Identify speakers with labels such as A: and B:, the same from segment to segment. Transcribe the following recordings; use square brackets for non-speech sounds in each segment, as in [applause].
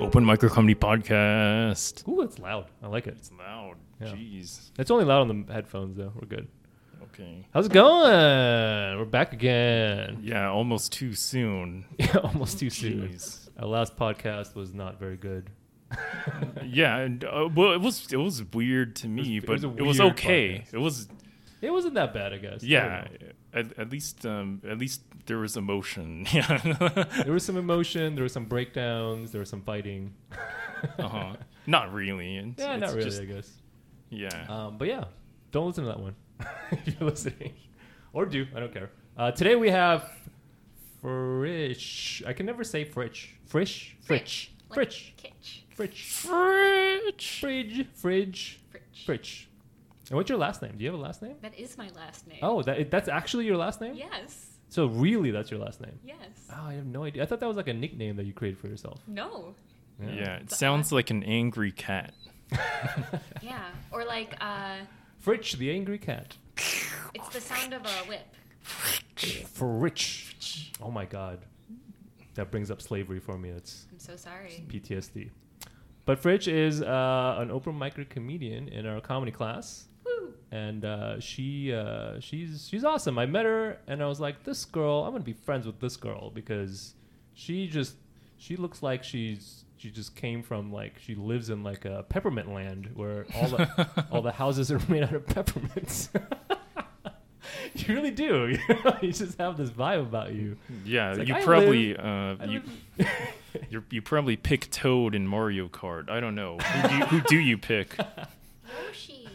A: Open Micro Comedy Podcast.
B: Ooh, that's loud. I like it.
A: It's loud.
B: Yeah.
A: Jeez.
B: It's only loud on the headphones though. We're good.
A: Okay.
B: How's it going? We're back again. [laughs]
A: Yeah, almost too soon.
B: Yeah, almost too soon.
A: Jeez.
B: Our last podcast was not
A: [laughs]
B: very good.
A: yeah, and, uh, well, it was it was weird to me,
B: it
A: but
B: was
A: it
B: a
A: was,
B: weird
A: okay.
B: podcast.
A: It was
B: It wasn't that bad, I guess. I
A: yeah.
B: don't know.
A: At, at least um, at least there was emotion. [laughs] Yeah.
B: There was some emotion. There were some breakdowns. There was some fighting.
A: [laughs] uh-huh. Not really. It's,
B: [laughs] Yeah,
A: it's
B: not really,
A: just-
B: I guess.
A: yeah.
B: Um, but yeah, don't listen to that one [laughs] if you're listening, or do. I don't care. Uh, today we have Frisch. I can never say Frisch. Frisch. Frisch. Frisch.
C: Kitch.
B: Frisch.
A: Fridge.
B: Fridge. Fridge.
C: Fritch.
B: Fridge. And what's your last name? Do you have a last name?
C: That is my last name.
B: Oh, that that's actually your last name.
C: Yes.
B: So really, that's your last name.
C: Yes.
B: Oh, I have no idea. I thought that was like a nickname that you created for yourself.
C: No.
A: Yeah, it sounds like an angry cat.
C: Yeah. Or like, uh,
B: Fritch, the angry cat.
C: it's the sound of a whip.
B: Fritch. Oh my god. That brings up slavery for me. It's
C: I'm so sorry.
B: PTSD. But Fritch is uh, an open micer comedian in our comedy class,
C: Woo.
B: and uh, she uh, she's she's awesome. I met her, and I was like, this girl, I'm gonna be friends with this girl because she just she looks like she's she just came from like she lives in like a peppermint land where all the
A: [laughs]
B: all the houses are made out of peppermints. [laughs] you really do. [laughs] you just have this vibe about you.
A: Yeah,
B: It's like,
A: you
B: I
A: probably
B: live- I
A: uh, you
B: [laughs] live-
A: You're, you probably pick Toad in Mario Kart. I don't know. Who do you, who do you pick?
C: Yoshi.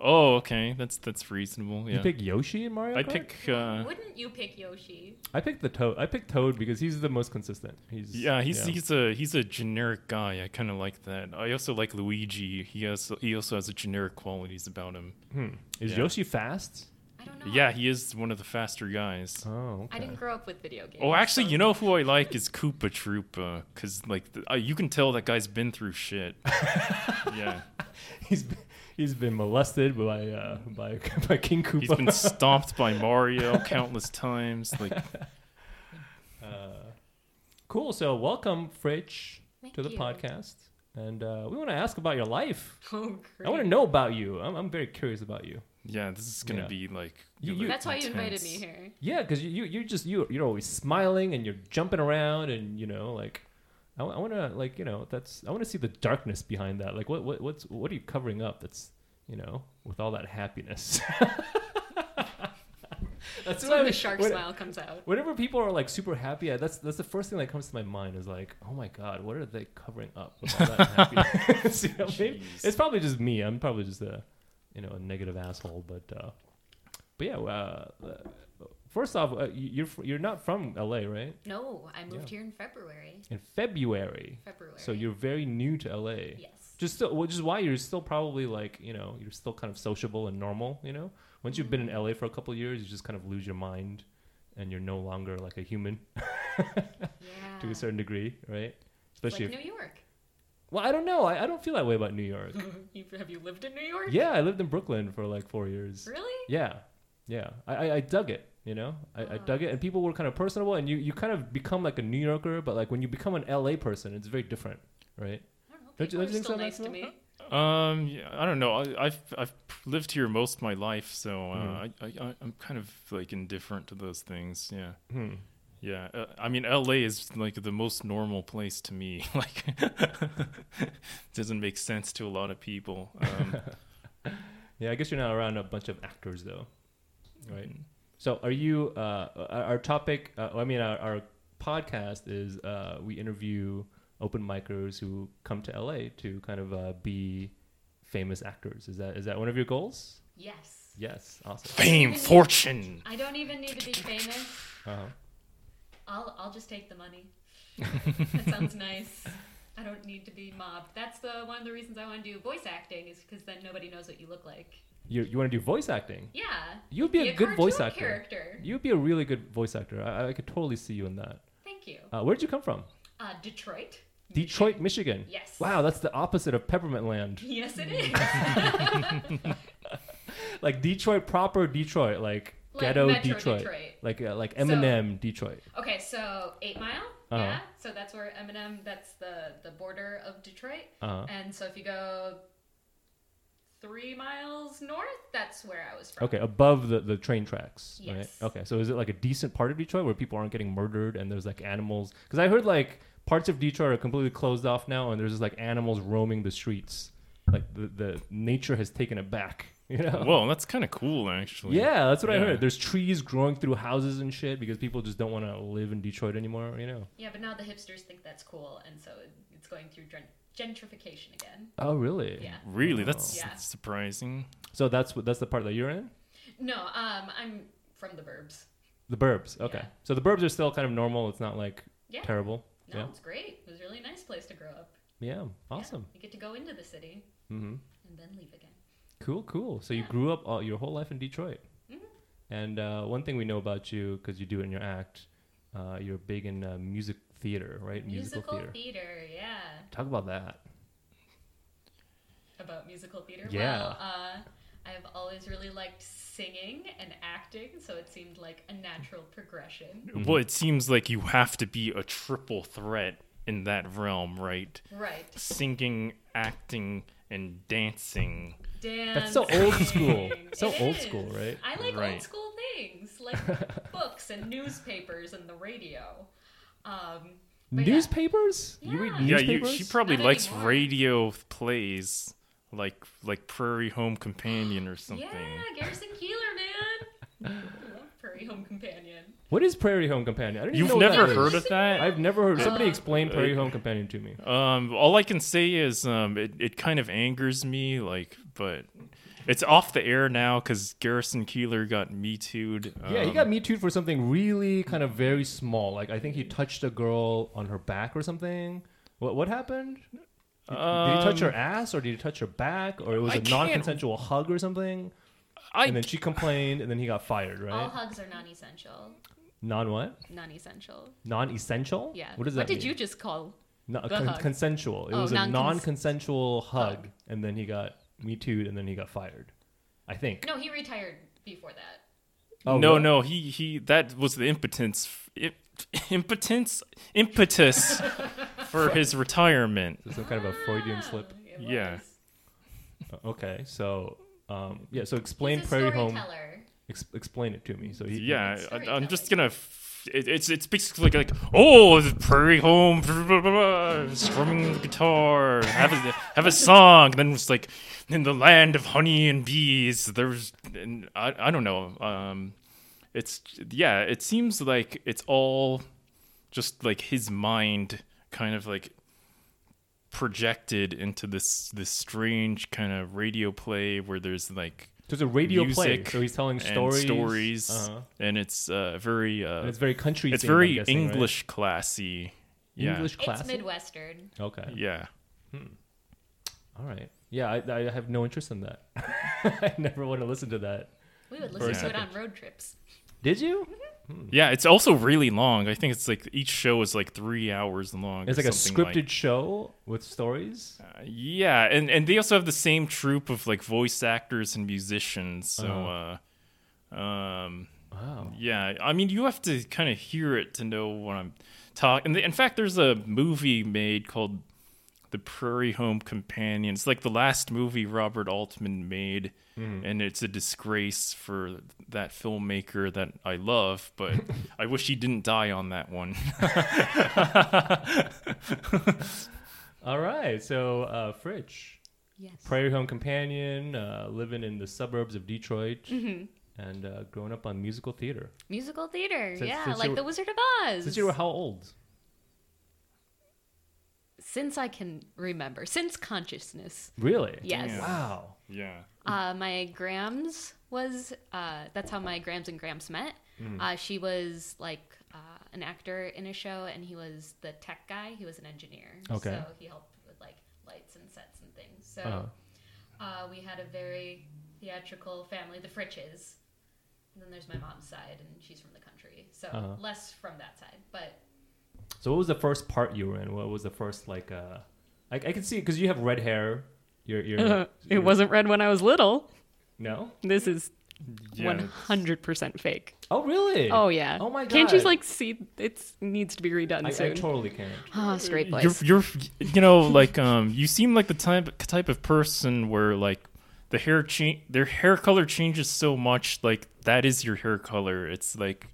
A: Oh, okay. That's that's reasonable. Yeah.
B: You pick Yoshi in Mario.
A: I'd
B: Kart?
A: pick. Uh,
C: Wouldn't you pick Yoshi?
B: I picked the toad. I picked Toad because he's the most consistent. He's
A: yeah, he's he's a he's a generic guy. I kind of like that. I also like Luigi. He also he also has a generic qualities about him.
B: Hmm. Is
A: yeah.
B: Yoshi fast?
C: I don't know.
A: Yeah, he is one of the faster guys.
B: Oh,
C: I didn't grow up with video games.
A: Oh, actually,
C: so-
A: you know who I like is Koopa Troopa, cause like the, uh, you can tell that guy's been through
B: [laughs]
A: shit. yeah,
C: [laughs]
B: he's been, he's been molested by uh, by [laughs] by King Koopa.
A: he's been stomped by Mario countless times. Like,
B: Uh, [laughs] cool. So welcome, Fritch,
C: Thank
B: to the
C: you.
B: podcast, and uh, we want to ask about your life.
C: [laughs] Oh, great.
B: I want to know about you. I'm, I'm very curious about you.
A: yeah, this is gonna
B: Yeah.
A: be like.
B: You- you-
C: That's why you invited me
A: intense.
C: here.
B: Yeah, because you, you you're just you you're always smiling and you're jumping around and you know like. I, want to like you know that's I want to see the darkness behind that. Like what what what's what are you covering up? That's you know with all that happiness. [laughs] that's
C: That's
B: what I
C: when the
B: was-
C: shark
B: when-
C: smile comes out.
B: Whenever people are like super happy, I, that's that's the first thing that comes to my mind is like, oh my god, what are they covering up with all that [laughs] happiness? You know, maybe-
A: Jeez.
B: it's probably just me. I'm probably just a you know a negative asshole. But uh, but yeah, uh, uh, first off, uh, you- you're fr- you're not from LA, right?
C: No, I moved
B: Yeah.
C: here in February.
B: In February,
C: February.
B: so you're very new [laughs] to LA.
C: Yes.
B: Just still, which is why you're still probably like you know you're still kind of sociable and normal. You know, once you've been in LA for a couple of years, you just kind of lose your mind, and you're no longer like a human.
C: Yeah.
B: to a certain degree, right?
C: like
B: Especially if,
C: New York. [laughs]
B: well, I don't know. I, I don't feel that way about New York.
C: You- Have you lived in New York?
B: yeah, I lived in Brooklyn for like four years.
C: Really?
B: Yeah, yeah. I, I, I dug it. You know, I, I dug it, and people were kind of personable, and you, you kind of become like a New Yorker, but like when you become an LA person, it's very different, right?
C: I don't know.
B: Don't you-
C: People
B: don't
C: are
B: you think
C: still
B: so,
C: nice to
B: Maxwell?
C: me.
A: Um, yeah, I don't know. I, I've I've lived here most of my life, so uh,
B: Mhm.
A: I, I I- I'm kind of like indifferent to those things. Yeah,
B: Hmm.
A: yeah. Uh, I mean, L.A. is like the most normal place to me. [laughs] Like, doesn't make sense to a lot of people. Um,
B: Yeah, I guess you're not around a bunch of actors though, [laughs] right? So are you? Uh, our our topic, uh, I mean, our, our podcast is uh, we interview open micers who come to LA to kind of uh, be famous actors. Is that is that one of your goals?
C: Yes.
B: Yes, awesome.
A: Fame,
B: [laughs]
A: fortune.
C: I don't even need to be famous.
B: Uh-huh.
C: I'll I'll just take the
B: [laughs]
C: money. that sounds nice. I don't need to be mobbed. That's the one of the reasons I want to do voice acting is because then nobody knows what you look like.
B: You you want to do voice acting?
C: Yeah.
B: You'd be a good
C: cartoon
B: voice actor.
C: Character.
B: You'd be a really good voice actor. I, I could totally see you in that.
C: Thank you.
B: Uh, where'd you come from?
C: Uh, Detroit. [laughs]
B: Detroit, Michigan.
C: Yes.
B: Wow, that's the opposite of Peppermint Land.
C: [laughs] Yes, it is.
B: Mm. like Detroit proper Detroit, like,
C: Like
B: ghetto
C: Metro
B: Detroit.
C: Detroit.
B: like uh, like Eminem Detroit.
C: Okay, so Eight Mile.
B: Uh-huh.
C: yeah. So that's where Eminem. That's the the border of Detroit.
B: Uh-huh.
C: And so if you go three miles north, that's where I was from.
B: Okay, above the, the train tracks.
C: Yes.
B: Right? Okay, so is it like a decent part of Detroit where people aren't getting murdered and there's like animals? Because I heard like parts of Detroit are completely closed off now and there's just like animals roaming the streets. Like the, the nature has taken it back. [laughs] You know?
A: Whoa, that's kind of cool, actually.
B: Yeah, that's what I
A: Yeah.
B: heard. There's trees growing through houses and shit because people just don't want to live in Detroit anymore. You know?
C: Yeah, but now the hipsters think that's cool, and so it's going through gen- gentrification again.
B: Oh, really?
C: Yeah.
A: Really, that's
C: Yeah.
A: surprising.
B: So that's what that's the part that you're in.
C: No, um, I'm from the burbs.
B: The Burbs. Okay.
C: Yeah.
B: So the Burbs are still kind of normal. It's not like
C: Yeah.
B: terrible.
C: No,
B: Yeah.
C: it's great. It was a really nice place to grow up.
B: Yeah.
C: Yeah,
B: Awesome.
C: you get to go into the city
B: hmm
C: and then leave again.
B: Cool, cool. So you
C: Yeah.
B: grew up all, your whole life in Detroit.
C: Mhm.
B: And uh, one thing we know about you, because you do it in your act, uh, you're big in uh, music theater, right?
C: musical Oh, theater. yeah.
B: Talk about that.
C: About musical theater.
B: Yeah.
C: Well, uh, I have always really liked singing and acting, so it seemed like a natural progression.
B: Mm-hmm.
A: Well, it seems like you have to be a triple threat in that realm, right?
C: Right.
A: Singing, acting, and dancing.
B: That's
C: Dance.
B: so old school.
C: singing.
B: so
C: It
B: old
C: is.
B: school, right?
C: I like
A: Right.
C: old school things
B: [laughs]
C: like books and newspapers and the radio. Um, but yeah.
B: Newspapers? You read
A: Yeah,
B: newspapers?
A: you, she probably
C: Not
A: likes
C: anymore.
A: radio plays, like like Prairie Home Companion or something.
C: Yeah, Garrison Keeler, man. I love Prairie Home Companion.
B: what is Prairie Home Companion? I don't
A: You've
B: even know what
A: never
B: that
A: heard
B: is.
A: of that?
B: I've never heard. Somebody
C: Uh,
B: explain Prairie Home Companion to me.
A: Um, all I can say is um, it, it kind of angers me, like, but it's off the air now because Garrison Keeler got Me Too'd. Um,
B: yeah, he got me too for something really kind of very small. Like I think he touched a girl on her back or something. What what happened? Did he touch her
A: Um,
B: ass or did he touch her back or it was
A: I
B: a
A: can't-
B: non-consensual hug or something?
A: I,
B: And then she complained and then he got fired,
C: All
B: right?
C: hugs are non-essential.
B: Non what?
C: Non-essential.
B: Non-essential?
C: Yeah.
B: What does that
C: What did
B: mean?
C: you just call?
B: No,
C: the
B: con-
C: hug?
B: consensual. It
C: Oh,
B: was a
C: non-cons-
B: non-consensual hug,
C: Hug.
B: and then he got me too and then he got fired. I think.
C: No, he retired before that.
B: Oh,
A: no,
B: really?
A: no, he he. That was the impotence, imp, [laughs] impotence,
B: [laughs]
A: impetus for his retirement.
B: So some kind of a Freudian slip.
C: Ah, it
A: Yeah.
C: was.
B: Okay, so um, yeah, so
C: He's
B: explain
C: a
B: Prairie Home.
C: storyteller.
B: Ex- explain it to me. So he,
A: Yeah, I, I'm
C: Storytelling.
A: just gonna. f- It, it's it's basically like oh the prairie home blah, blah, blah, blah, strumming the guitar have a have a song then it's like in the land of honey and bees there's and I I don't know um it's yeah it seems like it's all just like his mind kind of like projected into this this strange kind of radio play where there's like
B: So it's a radio play.
A: music
B: So he's telling
A: and
B: stories.
A: stories,
B: Uh-huh.
A: and it's uh, very uh,
B: And it's
A: it's,
B: very country. themed, I'm
A: very
B: guessing, right?
A: English classy. Yeah.
B: English class.
C: It's Midwestern.
B: Okay.
A: Yeah.
B: All right. Yeah, I, I have no interest in that. [laughs] I never want to listen to that.
C: We would listen
A: a
C: to it
A: second.
C: on road trips.
B: Did you?
A: Yeah, it's also really long. I think it's like each show is like three hours long.
B: It's
A: or
B: like a
A: something
B: scripted show with stories.
A: like- yeah, and and they also have the same troupe of like voice actors and musicians. So,
B: Uh-huh.
A: uh um,
B: Wow.
A: [laughs]
B: [laughs]
A: yeah, I mean, you have to kind of hear it to know what I'm talking. In fact, there's a movie made called The Prairie Home Companion. It's like the last movie Robert Altman made, and it's a disgrace for that filmmaker that I love, but I wish he didn't die on that one. [laughs]
B: All right. So, uh, Fridge,
C: Yes.
B: Prairie Home Companion, uh, living in the suburbs of Detroit, and uh, growing up on musical theater.
C: Musical theater.
B: Since-
C: yeah,
B: since you
C: like
B: were-
C: The Wizard of Oz.
B: Since you were how old?
C: Since I can remember, since consciousness.
B: Really?
C: Yes.
A: Damn.
B: Wow.
A: yeah.
B: Hmm.
C: Uh, my grams was uh, that's how my grams and grams met.
B: Hmm.
C: Uh, she was like uh, an actor in a show, and he was the tech guy. He was an engineer,
B: Okay.
C: so he helped with like lights and sets and things. So
B: Uh-huh.
C: uh, we had a very theatrical family, the Fritches. And then there's my mom's side, and she's from the country, so
B: Uh-huh.
C: less from that side. But
B: So what was the first part you were in? What was the first like? Uh, I, I can see because
C: Uh-huh.
B: you have red hair. You're, you're, you're
D: it wasn't red when I was little.
B: no.
D: This is
A: Yeah,
C: one
A: it's-
C: hundred percent fake.
B: Oh really?
C: Oh yeah.
B: Oh my god.
C: Can't you like see? It needs to be redone
B: I, I
C: soon.
B: totally can't.
C: Ah, straight
A: you're,
C: place.
A: you're you know like um you seem like the type type of person where like the hair change their hair color changes so much like that is your hair color it's like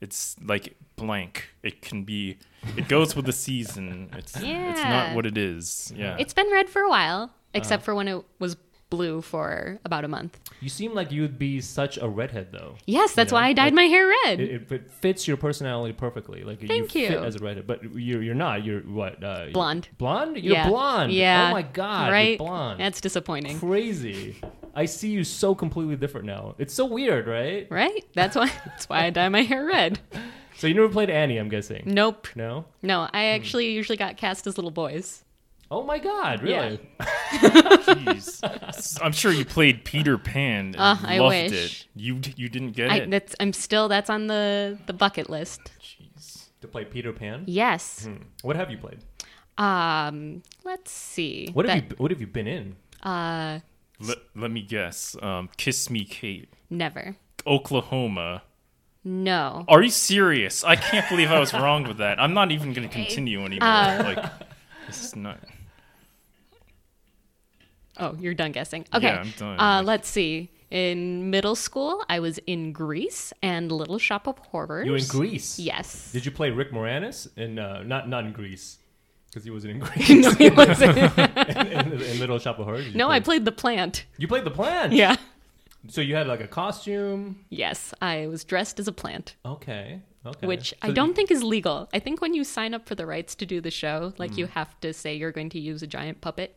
A: it's like blank it can be it goes with the season it's it's
C: Yeah.
A: not what it is yeah
C: It's been red for a while,
B: Uh-huh.
C: except for when it was blue for about a month.
B: You seem like you'd be such a redhead though.
C: Yes, that's
B: Yeah,
C: why I dyed my hair red.
B: It, it, it fits your personality perfectly. Like
C: Thank
B: you,
C: you.
B: fit as a redhead, but you're you're not. You're what? Uh, you're-
C: Blonde.
B: Blonde. You're
C: Yeah.
B: blonde.
C: Yeah.
B: Oh my god.
C: Right.
B: You're blonde.
C: That's disappointing.
B: crazy. I see you so completely different now. It's so weird, right?
C: Right? That's why. [laughs] That's why I dye my hair red.
B: So you never played Annie, I'm guessing.
C: Nope.
B: No.
C: No, I
B: Hmm.
C: actually usually got cast as little boys.
B: Oh my god, really?
C: [laughs]
A: Jeez. i'm sure you played peter pan and
C: Uh,
A: loved
C: I
A: it
C: wish.
A: you d- you didn't get
C: I,
A: it
C: that's. I'm still. That's on the the bucket list.
A: Jeez.
B: To play Peter Pan. Hmm.
C: Yes.
B: What have you played?
C: Um. Let's see.
B: What have
C: That-
B: you What have you been in?
C: Uh.
A: Let, let me guess um kiss me kate
C: Never.
A: oklahoma
C: No.
A: Are you serious? I can't believe I was wrong with that. I'm not even going to continue anymore. like, this is not.
C: Oh, you're done guessing. Okay.
A: Yeah, I'm done.
C: Uh, let's see. In middle school, I was in Greece and Little Shop of Horrors.
B: You in Greece?
C: Yes.
B: Did you play Rick Moranis? In uh, not not in Greece, because he wasn't in [laughs] Greece.
C: [laughs] no, it wasn't.
B: in, in Little Shop of Horrors. you
C: no, I
B: played-
C: played the plant.
B: You played the plant.
C: Yeah.
B: So you had like a costume.
C: Yes, I was dressed as a plant,
B: Okay. Okay.
C: which I
B: So
C: don't think is legal. I think when you sign up for the rights to do the show, like
B: Mm.
C: you have to say you're going to use a giant puppet.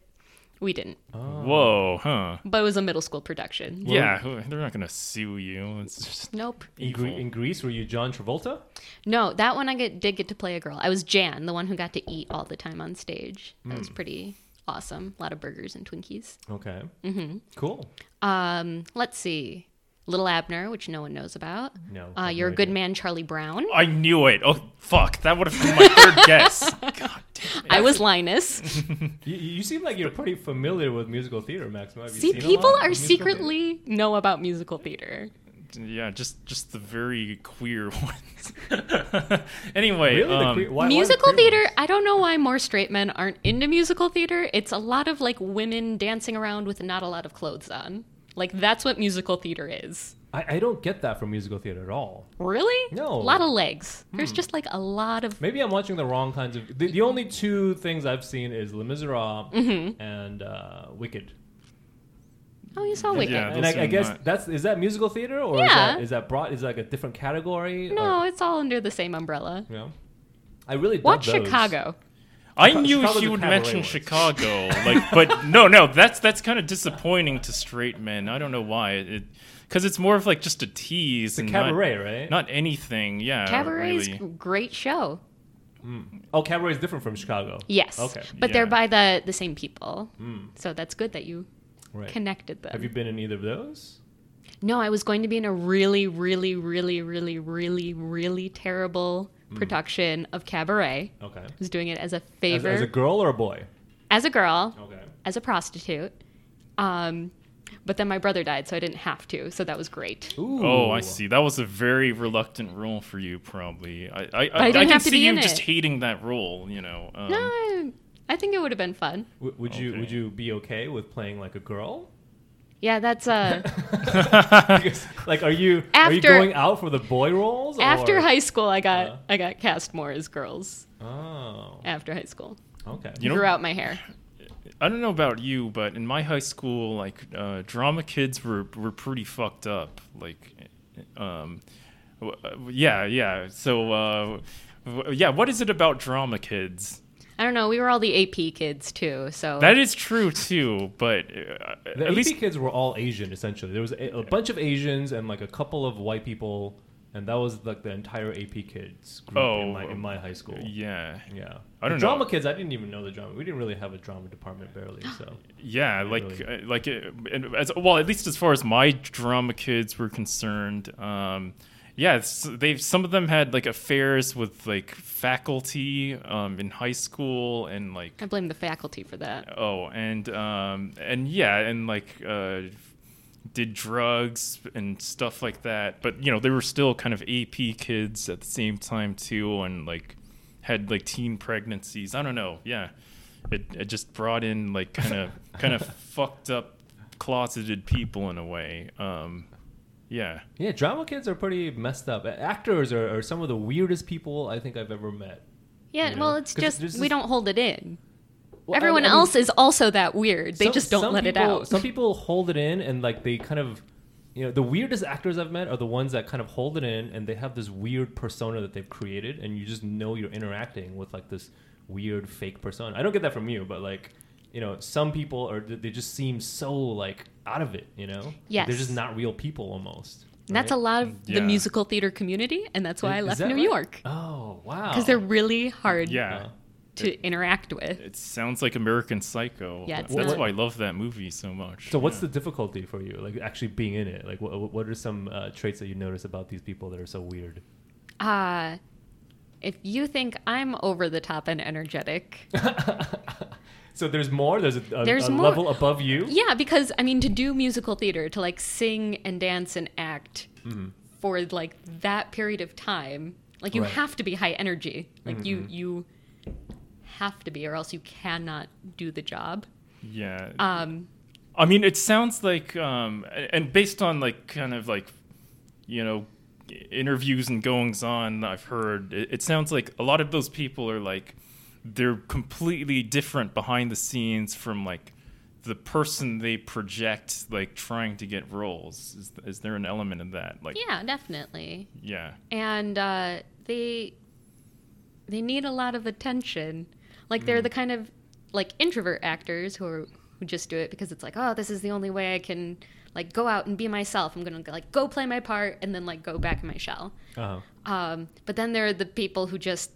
C: We didn't,
B: Uh.
A: Whoa, huh?
C: but it was a middle school production.
A: yeah, who- they're not going to sue you. It's just.
C: Nope.
B: In, Gre- in Greece, were you John Travolta?
C: No, that one I get, did get to play a girl. I was Jan, the one who got to eat all the time on stage. That
B: Hmm.
C: was pretty awesome. A lot of burgers and Twinkies.
B: Okay. Mm-hmm. Cool.
C: Um, let's see. Little Abner, which no one knows about.
B: No, I
C: Uh,
B: have
C: you're
B: no
C: a good
B: idea.
C: man, Charlie Brown.
A: I knew it. Oh, fuck. That would have been my third guess. God damn it.
C: I was
B: [laughs]
C: Linus.
B: You, you seem like you're pretty familiar with musical theater, Maximo. Have you
C: See,
B: seen a
C: people
B: lot of
C: are
B: musical theater?
C: secretly know about musical theater.
A: Yeah, just just the very queer [laughs] ones. anyway,
B: Really? The
A: um,
B: queer- why- why the
C: musical
B: queer
C: theater,
B: ones?
C: I don't know why more straight men aren't into musical theater. It's a lot of like women dancing around with not a lot of clothes on. Like that's what musical theater is.
B: I, I don't get that from musical theater at all.
C: Really?
B: No. Hmm.
C: A lot of legs. There's just like a lot of
B: Maybe I'm watching the wrong kinds of. The, the only two things I've seen is Les Miserables
C: Mm-hmm.
B: and uh, Wicked.
C: Oh, you saw Wicked.
A: Yeah,
B: and
A: those
B: I, I
A: are
B: guess
A: not-
B: that's is that musical theater or is,
C: Yeah.
B: that, is that broad? Is that like a different category?
C: No,
B: Or,
C: it's all under the same umbrella.
B: you know? I really dug
C: Watch
B: those.
C: Chicago.
A: I
B: Chica-
A: knew
B: Chicago's
A: she
B: a
A: would
B: cabaret
A: mention
B: once. [laughs]
A: Chicago, like, but no, no, that's that's kind of disappointing to straight men. I don't know why it, because it's more of like just a tease and not-
B: Cabaret, right?
A: Not anything, yeah.
B: Uh,
C: Cabaret's
A: really.
C: great show.
B: oh, Cabaret is different from Chicago.
C: Yes.
B: Okay. Hmm.
C: But they're
A: Yeah.
C: by the the same people. So that's good that you
B: Right.
C: connected them.
B: Have you been in either of those?
C: No, I was going to be in a really, really, really, really, really, really terrible production of Cabaret. I
B: Okay.
C: was doing it as a
B: Hmm. As,
C: favor
B: as a girl or a boy?
C: girl,
B: Okay.
C: as a prostitute. Um, but then my brother died, so I didn't have to. So that was great.
B: Ooh.
A: Oh, I see. That was a very reluctant role for you, probably. I, I, I,
C: I
A: I
C: didn't
A: can
C: have to
A: see
C: be
A: you
C: in
A: just
C: it.
A: hating that role. You know. Um, [laughs]
C: No, I, I think it would have been fun.
B: W- would you
A: Okay.
B: would you be okay with playing like a girl?
C: Yeah, that's uh,
B: Because, [laughs] like, are you are you
C: After-
B: going out for the boy roles? Or?
C: after high school. I got
B: Uh.
C: I got cast more as girls
B: Oh,
C: after high school.
B: okay.
A: You know-
C: Grew out my hair.
A: I don't know about you, but in my high school, like uh, drama kids were were pretty fucked up. Like, um, w- uh, yeah, yeah. So, uh, w- yeah. What is it about drama kids?
C: I don't know. We were all the AP kids too, so
A: That is true too, but uh,
B: the
A: at
B: AP
A: least
B: kids were all Asian essentially. There was a, a bunch of Asians and like a couple of white people, and that was like the entire AP kids group in
A: Oh,
B: my in my high school.
A: yeah,
B: Yeah,
A: I don't
B: the
A: know.
B: drama kids. I didn't even know the drama. We didn't really have a drama department
C: [gasps]
B: barely. So
A: Yeah, like uh like uh, and as well, at least as far as my drama kids were concerned, um, yeah, s- they some of them had like affairs with like faculty um, in high school and like
C: I blame the faculty for that.
A: oh and um, and yeah and like uh, did drugs and stuff like that. But you know, they were still kind of AP kids at the same time too, and like had like teen pregnancies. I don't know. Yeah, it it just brought in like kind
B: [laughs]
A: of kind of fucked up closeted people in a way. Um, yeah.
B: Yeah, drama kids are pretty messed up. Actors are, are some of the weirdest people I think I've ever met.
C: Yeah,
B: You know?
C: well, it's
B: 'Cause
C: just
B: there's
C: we
B: this-
C: don't hold it in.
B: Well, I
C: Everyone
B: mean- I mean,
C: else is also that weird. They
B: some-
C: just don't
B: some
C: let it
B: people-
C: out.
B: Some people hold it in and like they kind of, you know, the weirdest actors I've met are the ones that kind of hold it in and they have this weird persona that they've created, and you just know you're interacting with like this weird fake persona. I don't get that from you, but like. You know, some people are they just seem so like out of it. You know, Like,
C: Yes.
B: they're just not real people almost.
C: And that's
B: right?
C: a lot of
A: Yeah.
C: the musical theater community, and that's why I
B: Is
C: left
B: that
C: New
B: right?
C: York
B: Oh wow!
C: because they're really hard
A: Yeah.
C: to interact with.
A: It sounds like American Psycho.
C: Yeah, it's
A: That's
C: not-
A: why I love that movie so much.
B: So what's
A: Yeah.
B: the difficulty for you, like actually being in it? Like, what what are some uh, traits that you notice about these people that are so weird?
C: Uh, if you think I'm over the top and energetic,
B: So there's more. There's a, a,
C: There's
B: a
C: more.
B: level above you.
C: yeah, because I mean, to do musical theater, to like sing and dance and act for like that period of time, like you
B: Right.
C: have to be high energy. Like you, you have to be, or else you cannot do the job.
A: Yeah.
C: Um,
A: I mean, it sounds like, um, a- and based on like kind of like, you know, interviews and goings on I've heard, it, it sounds like a lot of those people are like, they're completely different behind the scenes from like the person they project, like trying to get roles. Is, is there an element of that? Like,
C: yeah, definitely.
A: yeah.
C: and uh, they they need a lot of attention. Like they're the kind of like introvert actors who are, who just do it because it's like, oh, this is the only way I can like go out and be myself. I'm gonna like go play my part and then like go back in my shell.
B: Uh-huh.
C: Um, but then there are the people who just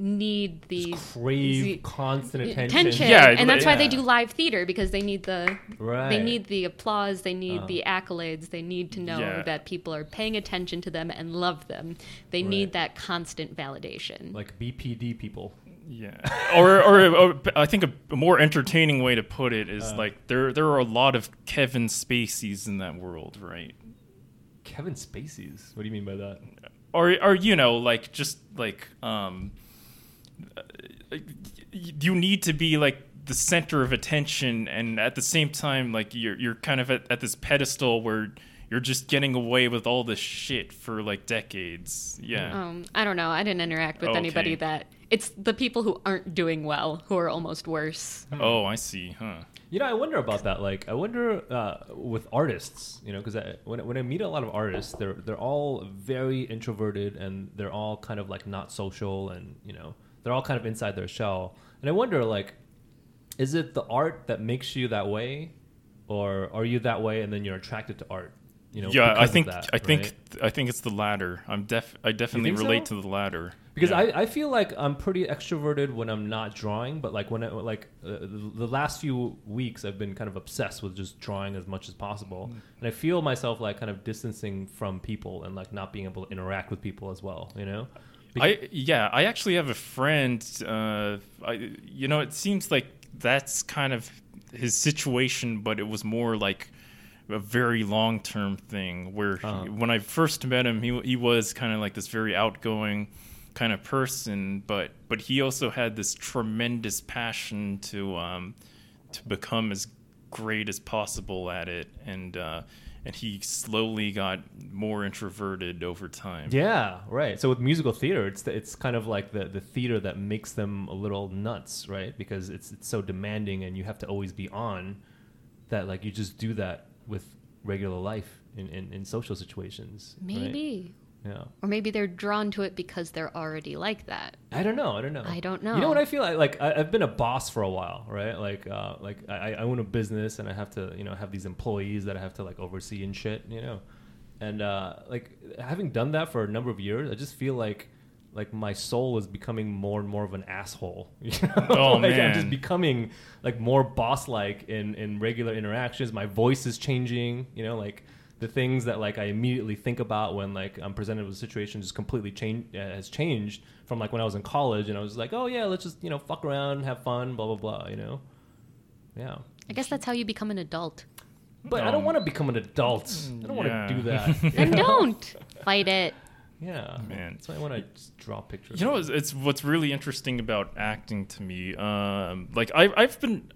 C: need the
B: Crave
C: the-
B: constant attention.
C: attention,
A: Yeah,
C: and that's why they
B: yeah.
C: do live theater because they need the
B: Right.
C: they need the applause, they need
B: Uh-huh.
C: the accolades, they need to know
A: Yeah.
C: that people are paying attention to them and love them. They
B: Right.
C: need that constant validation.
B: like BPD people.
A: Yeah, [laughs] or, or or I think a more entertaining way to put it is like there there are a lot of Kevin Spaceys in that world, right?
B: Kevin Spacey's. What do you mean by that?
A: Or or you know like just like um, uh, y- you need to be like the center of attention, and at the same time like you're you're kind of at, at this pedestal where you're just getting away with all this shit for like decades. Yeah,
C: um, I don't know. I didn't interact with
A: Okay.
C: anybody that it's the people who aren't doing well who are almost worse.
B: Hmm.
A: oh I see, huh?
B: You know, I wonder about that. Like, I wonder uh, with artists, you know, because I, when, when I meet a lot of artists, they're they're all very introverted and they're all kind of like not social and you know they're all kind of inside their shell. And I wonder, like, is it the art that makes you that way, or are you that way and then you're attracted to art? You know,
A: yeah,
B: Oh, because
A: I
B: of
A: think
B: that,
A: I think
B: right?
A: I think it's the latter. I'm def I definitely
B: think so?
A: relate to the latter
B: because
A: Yeah.
B: I, I feel like I'm pretty extroverted when I'm not drawing, but like when I, like uh, the last few weeks I've been kind of obsessed with just drawing as much as possible,
A: Mm.
B: and I feel myself like kind of distancing from people and like not being able to interact with people as well, you know.
A: I yeah, I actually have a friend. Uh, I you know, it seems like that's kind of his situation, but it was more like a very long term thing. Where he-
B: Uh-huh.
A: when I first met him, he he was kind of like this very outgoing kind of person, but but he also had this tremendous passion to um to become as great as possible at it, and uh, and he slowly got more introverted over time.
B: Yeah, right. So with musical theater, it's the, it's kind of like the, the theater that makes them a little nuts, right? Because it's it's so demanding and you have to always be on that like you just do that with regular life in, in, in social situations. right?
C: Maybe.
B: Yeah.
C: Or maybe they're drawn to it because they're already like that.
B: I don't know. I don't know.
C: I don't
B: You know
C: know.
B: what I feel like? Like I, I've been a boss for a while, right? Like, uh, like I, I own a business and I have to, you know, have these employees that I have to like oversee and shit, you know. And uh, like having done that for a number of years, I just feel like, like my soul is becoming more and more of an asshole. [laughs] You know?
A: Oh,
B: like, I'm
A: man.
B: just becoming like more boss-like in in regular interactions. My voice is changing. You know, like. The things that like I immediately think about when like I'm presented with a situation just completely changed uh, has changed from like when I was in college and I was like, oh yeah, let's just you know fuck around, have fun, blah blah blah, you know, yeah.
C: I guess that's how you become an adult.
B: But I don't want to become an adult. I don't
A: Um, Yeah.
B: want to do
A: [laughs]
B: that. you
C: And
B: know? [laughs]
C: don't fight it.
B: Yeah,
A: Man.
B: That's why I want to just draw pictures.
A: You know, it's, it's what's really interesting about acting to me. Um, like I, I've been,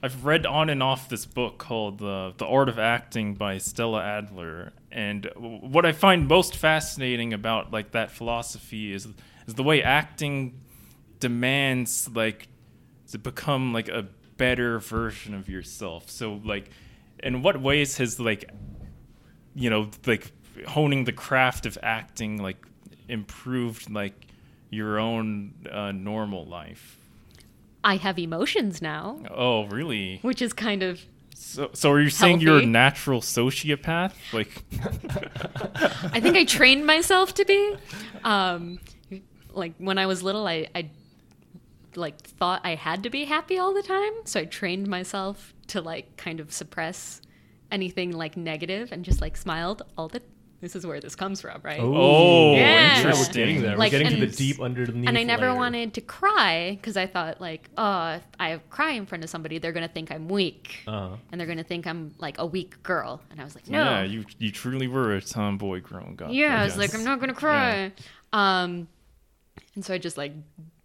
A: I've read on and off this book called uh, "The Art of Acting" by Stella Adler, and w- what I find most fascinating about like that philosophy is is the way acting demands like to become like a better version of yourself. So like, in what ways has like you know like honing the craft of acting like improved like your own uh, normal life
C: I have emotions now,
A: oh really
C: which is kind of
A: so, so are you saying you're a
C: Healthy.
A: natural sociopath like
C: [laughs] I think I trained myself to be. Um, like when I was little, I, I like thought I had to be happy all the time, so I trained myself to like kind of suppress anything like negative and just like smiled all the. This is where this comes from, right?
A: oh
C: Yeah. Yeah, we're
A: interesting
B: getting there.
C: Like,
B: we're getting to
C: and-
B: the deep underneath.
C: and I never
B: layer.
C: wanted to cry because I thought like, oh, if I cry in front of somebody, they're gonna think I'm weak,
B: Uh-huh.
C: and they're gonna think I'm like a weak girl. And I was like, no,
A: [laughs] Uh. yeah you you truly were a tomboy grown guy
C: Yeah, I was like, I'm not gonna cry. Um, and so I just like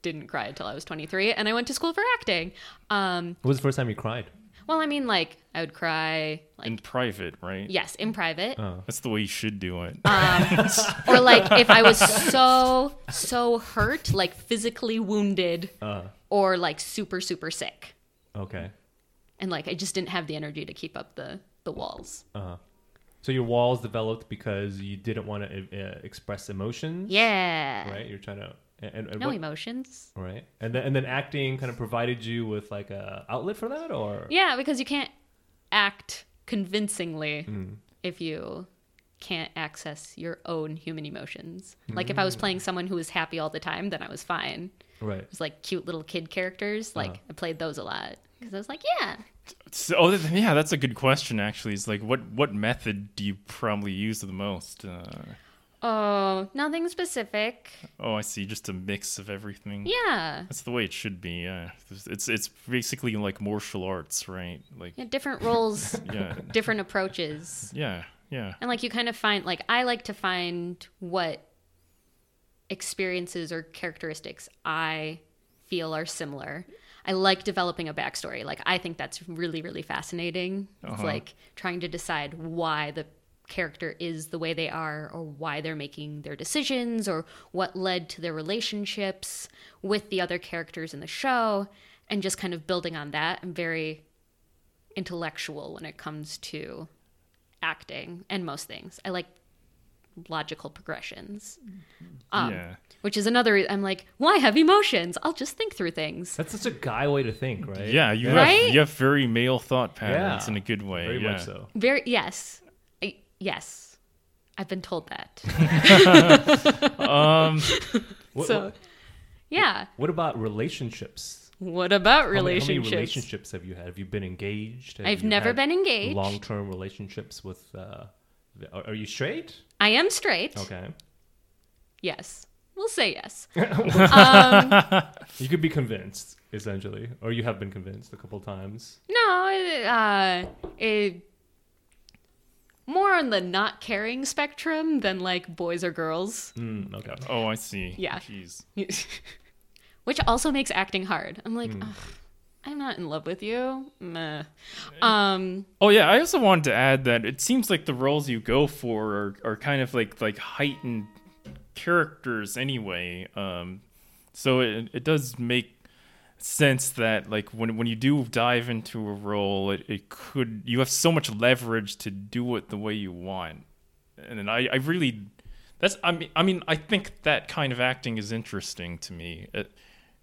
C: didn't cry until I was 23, and I went to school for acting. Um,
B: What was the first time you cried?
C: well, I mean, like I would cry, like
A: in Oh. private right
C: yes, in private,
A: that's the way you should do it
C: Uh, or like if I was so so hurt, like physically wounded, or like super super sick,
B: Okay.
C: and like I just didn't have the energy to keep up the the walls.
B: So your walls developed because you didn't want to uh, express emotions.
C: Yeah,
B: Right. You're trying to. And, and
C: no
B: what-
C: emotions.
B: Right. And then and then acting kind of provided you with like a outlet for that, or
C: Yeah, because you can't act convincingly if you can't access your own human emotions. Like if I was playing someone who was happy all the time, then I was fine.
B: right.
C: It was like cute little kid characters. Like I played those a lot because I was like, yeah,
A: so oh, th- yeah that's a good question actually it's like what what method do you probably use the most uh,
C: oh, nothing specific.
A: oh i see just a mix of everything
C: Yeah.
A: That's the way it should be. Yeah, it's it's basically like martial arts, right? Like
C: yeah different roles,
A: yeah,
C: different approaches.
A: yeah, yeah.
C: And like you kind of find like I like to find what experiences or characteristics I feel are similar. I like developing a backstory. Like I think that's really really fascinating. It's
A: Uh-huh.
C: like trying to decide why the character is the way they are or why they're making their decisions or what led to their relationships with the other characters in the show and just kind of building on that. I'm very intellectual when it comes to acting and most things. I like logical progressions, [laughs] um,
A: Yeah.
C: which is another. re- I'm like, why have emotions? I'll just think through things.
B: That's such a guy way to think, right?
A: Yeah, you
C: Right?
A: have you have very male thought patterns
B: Yeah.
A: in a good way.
B: Very
A: yeah.
B: much so.
C: Very yes, I, yes. I've been told that.
B: [laughs] What,
C: So-
B: what,
C: yeah.
B: what about relationships?
C: What about
B: How many-
C: relationships?
B: How many, relationships have you had? Have you been engaged? Have
C: I've
B: you
C: never
B: had
C: been engaged.
B: Long-term relationships with. Uh, are, are you straight?
C: I am straight.
B: Okay.
C: Yes. We'll say yes.
B: You could be convinced, essentially, or you have been convinced a couple times.
C: No, it, uh, it, more on the not caring spectrum than like boys or girls.
B: Mm, okay.
A: Oh, I see.
C: Yeah.
A: Jeez.
C: [laughs] which also makes acting hard. I'm like,
B: Hmm.
C: "Ugh, I'm not in love with you. Meh. Um,
A: Oh yeah, I also wanted to add that it seems like the roles you go for are, are kind of like like heightened characters anyway. Um, so it it does make sense that like when when you do dive into a role, it, it could you have so much leverage to do it the way you want. And then I I really that's I mean I mean I think that kind of acting is interesting to me. It,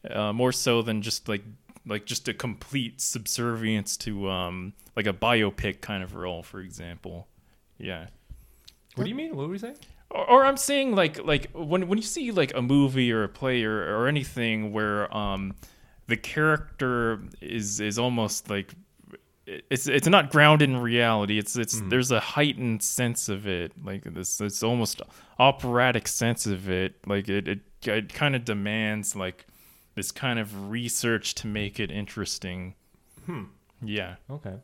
A: uh, more so than just like like just a complete subservience to um like a biopic kind of role, for example. Yeah.
B: What do you mean? What were you saying?
A: Or, or I'm saying like like when when you see like a movie or a play or, or anything where um the character is is almost like it's it's not grounded in reality. It's it's
B: Mm-hmm.
A: there's a heightened sense of it, like this it's almost operatic sense of it. Like it it, it kind of demands like this kind of research to make it interesting. Hmm. Yeah.
B: Okay.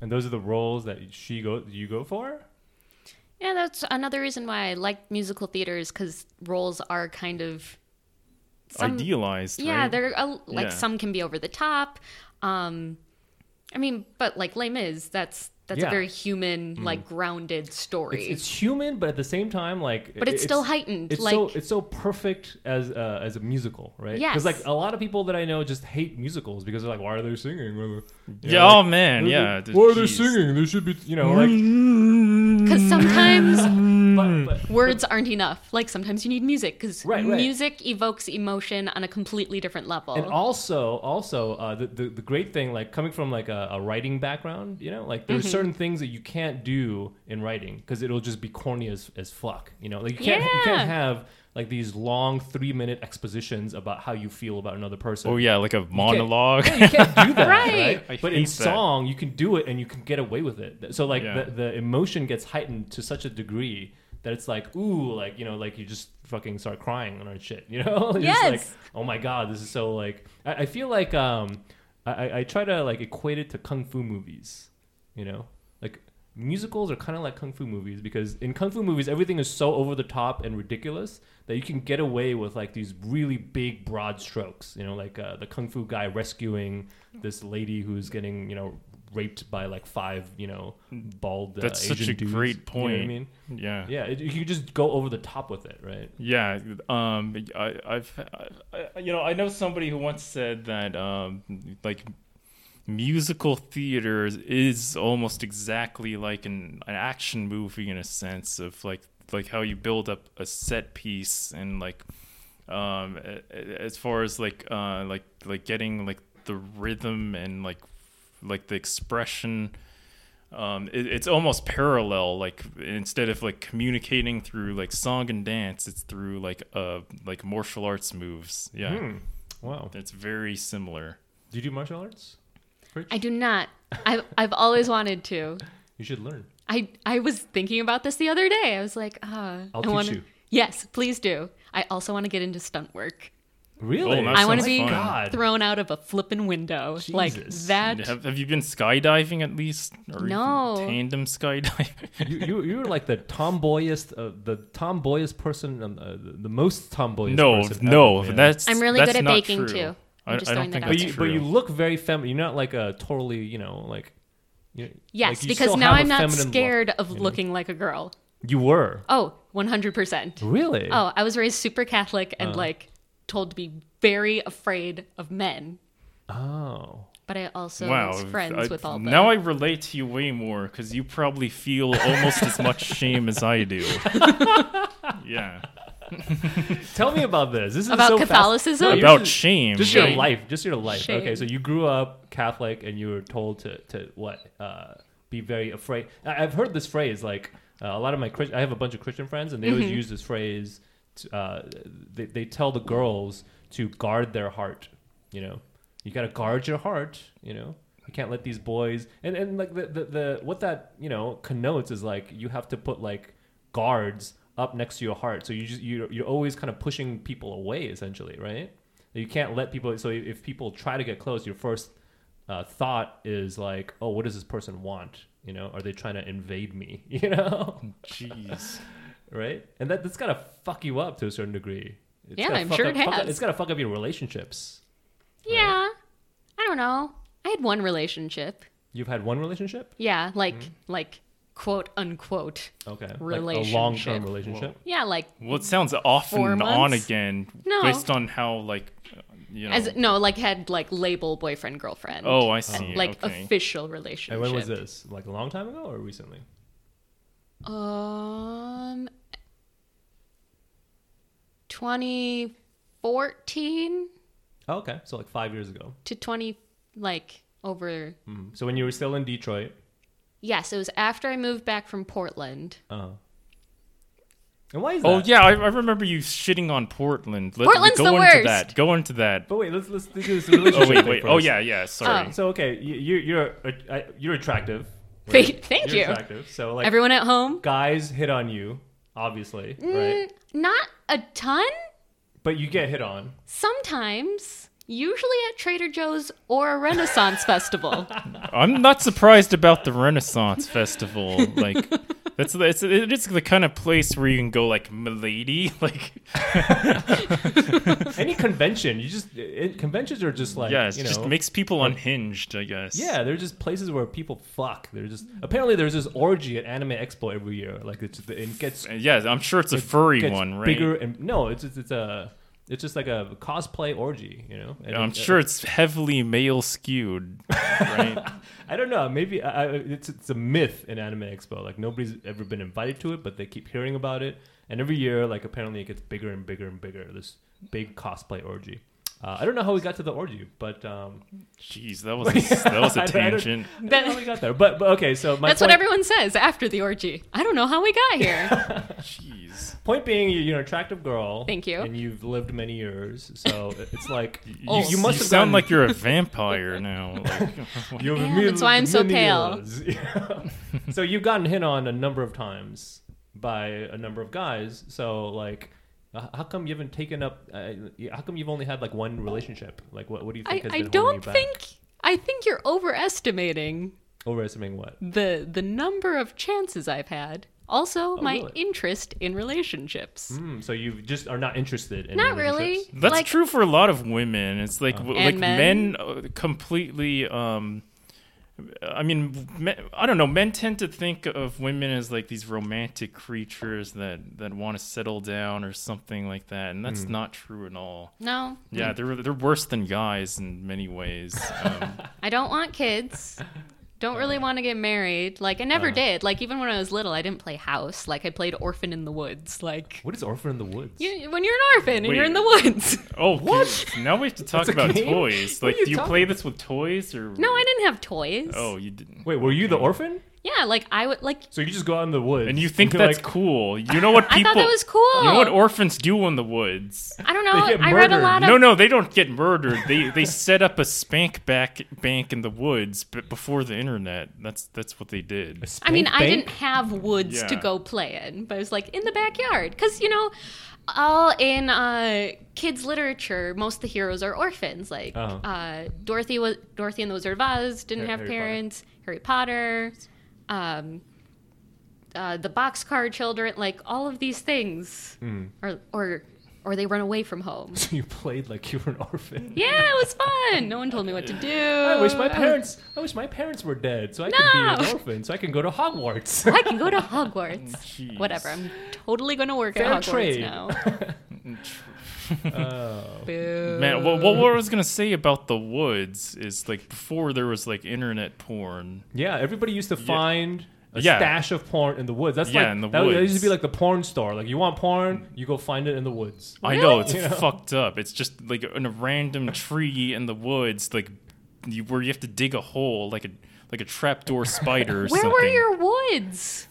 B: And those are the roles that she go you go for.
C: Yeah, that's another reason why I like musical theater is because roles are kind of some-
A: Idealized.
C: Yeah,
A: right?
C: they're uh, like
A: Yeah.
C: some can be over the top. Um, I mean, but like Les Mis, that's that's
B: Yeah. Hmm.
C: a very human, like grounded story.
B: It's, it's human, but at the same time, like,
C: But it's still heightened,
B: It's so
C: like-
B: it's so perfect as uh, as a musical, right?
C: Yes.
B: like a lot of people that I know just hate musicals because they're like, why are they singing? Why are they- you
A: Yeah,
B: know,
A: oh
B: like,
A: man,
B: why
A: yeah.
B: are they- Why are they
A: jeez.
B: singing? They should be, you know, like.
C: [laughs] Because
B: [laughs]
C: sometimes
A: Mm.
B: but- but-
C: words aren't enough. Like sometimes you need music because
B: Right, right.
C: music evokes emotion on a completely different level.
B: and also also uh, the, the the great thing like coming from like a, a writing background you know like there's
C: Mm-hmm.
B: certain things that you can't do in writing because it'll just be corny as, as fuck you know like you can't you
C: Yeah.
B: can't have like these long three minute expositions about how you feel about another person
A: Oh yeah, like a monologue.
B: yeah, you can't do that,
C: [laughs] Right.
B: right?
A: I
B: But in
A: hate that.
B: song, you can do it and you can get away with it. So like
A: Yeah.
B: the, the emotion gets heightened to such a degree that it's like, ooh, like you know, like you just fucking start crying and shit, you know? [laughs] You're just like,
C: Yes.
B: oh my god, this is so like. I, I feel like um, I- I, I try to like equate it to kung fu movies, you know, like. Musicals are kind of like kung fu movies because in kung fu movies everything is so over the top and ridiculous that you can get away with like these really big broad strokes you know like uh, the kung fu guy rescuing this lady who's getting you know raped by like five you know bald uh,
A: That's such
B: Asian
A: a
B: dudes.
A: great
B: You know what
A: point.
B: i mean
A: [laughs] yeah.
B: yeah it, you can just go over the top with it right
A: Yeah, um, I, I've, I, I- you know, I know somebody who once said that, um, like, musical theater is almost exactly like an, an action movie in a sense of like, like how you build up a set piece and like, um, a- a- as far as like, uh, like, like getting like the rhythm and like, like the expression um, it, it's almost parallel. Like instead of like communicating through like song and dance, it's through like uh like martial arts moves. Yeah,
B: Hmm. wow
A: it's very similar.
B: do you do martial arts Pritch?
C: I do not. I've I've always wanted to.
B: you should learn
C: I I was thinking about this the other day. I was like, ah,
B: I'll
C: I
B: teach
C: wanna-
B: you.
C: Yes, please do. I also want to get into stunt work.
B: really
A: that
C: I want
A: sounds
C: to be
A: fun.
B: God.
C: thrown out of a flippin' window like
B: Jesus.
C: that.
A: Have, have you been skydiving at least? Or even
C: No.
A: Tandem skydiving? [laughs]
B: you, you you're like the tomboyest uh, the tomboyest person um, uh, the, the most tomboyest
A: no,
B: person ever,
A: no.
B: man.
A: That's
C: I'm really
A: that's
C: good at
A: not
C: baking,
A: true.
C: too.
A: I,
C: I'm just
A: I
C: throwing
A: don't think
C: that out
B: but
A: that's
C: there.
B: you
A: true.
B: but you look very feminine you're not like a totally you know like you-
C: Yes,
B: like, you
C: because
B: still
C: now
B: have a
C: I'm not
B: feminine look,
C: scared of
B: you know?
C: looking like a girl.
B: you were
C: Oh, 100%.
B: really
C: Oh, I was raised super Catholic
B: Uh.
C: and like told to be very afraid of men,
B: Oh.
C: but I also
A: wow.
C: was friends
A: I-
C: with all the
A: now I relate to you way more because you probably feel
B: [laughs]
A: almost as much shame as I do. yeah.
B: Tell me about this. This is
C: About
B: so fast-
C: Catholicism?
B: No, you
A: About
B: just-
A: shame.
B: Just
A: right?
B: your life. Just your life.
C: Shame.
B: Okay, so you grew up Catholic and you were told to, to what? Uh, be very afraid. I, I've heard this phrase like uh, a lot of my Chris- I have a bunch of Christian friends and they always use this phrase. To, uh, they, they tell the girls to guard their heart. You know, you got to guard your heart. You know. You can't let these boys and, and like the, the, the what that you know connotes is like you have to put like guards up next to your heart so you just you you're always kind of pushing people away essentially right you can't let people so if people try to get close your first uh, thought is like oh what does this person want you know are they trying to invade me [laughs] you know
A: Jeez.
B: right and that that's gotta fuck you up to a certain degree It's
C: Yeah,
B: gotta
C: I'm
B: fuck
C: sure
B: up-
C: it
B: fuck up-
C: has.
B: it's gotta fuck up your relationships
C: Yeah. I don't know. I had one relationship.
B: you've had one relationship
C: Yeah, like
A: Mm-hmm.
C: like quote unquote.
B: okay like a
C: Relationship.
B: long-term relationship
C: Yeah, like
A: Well, it sounds off
C: Four
A: and on
C: months?
A: again,
C: No.
A: based on how like uh, you know.
C: as no, like had like label boyfriend girlfriend.
A: oh, I see.
C: like
A: okay.
C: official relationship.
B: and when was this like a long time ago or recently
C: Um, 2014
B: oh, okay so like five years ago
C: to 20, like over.
B: Mhm. so when you were still in detroit
C: Yes, it was after I moved back from Portland.
B: uh and why is that
A: Oh yeah, I, I remember you shitting on Portland. Let,
C: Portland's
A: go
C: the
A: into
C: worst.
A: that. Go into that.
B: But wait, let's let's do this
A: [laughs]
B: relationship.
A: Oh wait,
B: thing
A: wait.
B: first.
A: Oh yeah, yeah. Sorry.
C: Oh.
B: So okay, you, you you're uh, I- you're attractive.
C: Thank- thank
B: you're
C: you.
B: Attractive. So like
C: Everyone at home?
B: guys hit on you, obviously, right?
C: Mm, Not a ton. [laughs]
B: But you get hit on.
C: Sometimes. usually at Trader Joe's or a Renaissance [laughs] festival.
A: I'm not surprised about the Renaissance Festival. Like, that's the- it's it is the kind of place where you can go like milady. [laughs] Like,
B: Any convention, you just it, conventions are just like
A: yeah, it
B: you know,
A: just makes people unhinged. I guess.
B: Yeah, they're just places where people fuck. They're just apparently there's this orgy at Anime Expo every year. Like it's it gets,
A: Uh, Yeah, I'm sure it's a
B: it
A: furry
B: gets
A: one, right?
B: Bigger and no, it's just, it's a it's just like a cosplay orgy, you know. And uh,
A: I'm
B: it-
A: sure it's heavily male skewed,
B: [laughs]
A: right?
B: I don't know. Maybe I, I- it's it's a myth in Anime Expo. Like nobody's ever been invited to it, but they keep hearing about it. And every year, like apparently, it gets bigger and bigger and bigger. This big cosplay orgy. Uh, I don't know how we got to the orgy, but um,
A: Jeez, that was a, that was
B: [laughs] I
A: a
B: don't- I don't-
A: tangent.
B: I don't know how we got there. But, but okay, so my
C: That's
B: point,
C: what everyone says after the orgy. I don't know how we got here.
A: Jeez,
B: Point being, you- you're an attractive girl.
C: Thank you.
B: And you've lived many years, so it's like
C: Oh.
A: you,
C: you
A: must
B: must have
A: sound
B: gotten-
A: like you're a vampire now. Like,
B: you
C: am, that's why I'm so pale.
B: [laughs] so you've gotten hit on a number of times by a number of guys. So like, h- how come you haven't taken up? Uh, how come you've only had like one relationship? Like, what what do you
C: I,
B: think has
C: I
B: been holding you
C: don't
B: back?
C: think I think you're overestimating
B: overestimating what?
C: the the number of chances I've had. Also, my
B: really?
C: interest in relationships.
B: Hmm, so you just are not interested in
C: Not really.
B: relationships.
A: That's
C: like, Uh-huh.
A: true for a lot of women. It's like w-
C: And
A: like men,
C: men?
A: uh, completely. Um, I mean, men, I don't know. Men tend to think of women as like these romantic creatures that that want to settle down or something like that, and
B: Hmm.
A: that's not true at all.
C: No,
A: Yeah, they're they're worse than guys in many ways.
C: [laughs]
A: Um,
C: I don't want kids. Don't really want to get married. Like I never did. Like even when I was little, I didn't play house. Like I played orphan in the woods. Like
B: What is Orphan in the Woods?
C: you, when you're an orphan and you're
A: Wait.
C: in the woods. [laughs]
A: oh, what? Now we have to talk
B: a
A: about
B: game?
A: toys.
B: What are
A: Like,
B: you
A: do you
B: talking
A: play this with toys or?
C: No, I didn't have toys.
A: Oh, you didn't.
B: Wait, were you the orphan?
C: Yeah, like I would like
B: So you just go out in the woods
A: And you think
B: you're
A: that's
B: like,
A: cool? You know what
C: I
A: people?
C: thought that was cool.
A: You know what orphans do in the woods?
C: I don't
B: They get
C: know. I read a
B: murdered.
C: lot of
A: No, no, they don't get murdered. They they set up a spank back bank in the woods, but before the internet, that's that's what they did.
C: I mean,
B: Spank
C: I
B: bank? [laughs]
C: didn't have woods to
A: Yeah.
C: go play in, but I was like in the backyard because you know, all in uh, kids' literature, most of the heroes are orphans. Like
B: Uh-huh.
C: uh, Dorothy was Dorothy and the Wizard of Oz didn't
B: Har-
C: have
B: Harry Potter.
C: parents. Harry Potter, um, uh, the boxcar children, like all of these things,
B: Hmm.
C: or or or they run away from home.
B: So you played like you were an orphan.
C: yeah, it was fun. No one told me what to do.
B: [laughs] I wish my
C: was-
B: parents. I wish my parents were dead, so I could be
C: Uh, No.
B: an orphan, so I can go to Hogwarts. [laughs]
C: I can go to Hogwarts.
A: Jeez.
C: Whatever. I'm totally going to work
B: Fair
C: at Hogwarts
B: trade. [laughs]
C: now.
B: Oh.
C: Boo.
A: Man, well, what what I was gonna say about the woods is like before there was like internet porn.
B: yeah, everybody used to find a
A: Yeah.
B: stash of porn in the woods. That's
A: Yeah,
B: like
A: in the
B: that, was- that used to
A: woods.
B: be like the porn store. Like you want porn, you go find it in the woods.
A: I know it's
B: Really? Yeah.
A: fucked up. It's just like in a random tree in the woods, like you, where you have to dig a hole, like a like a trapdoor spider. Or
C: Where
A: something.
C: were your woods?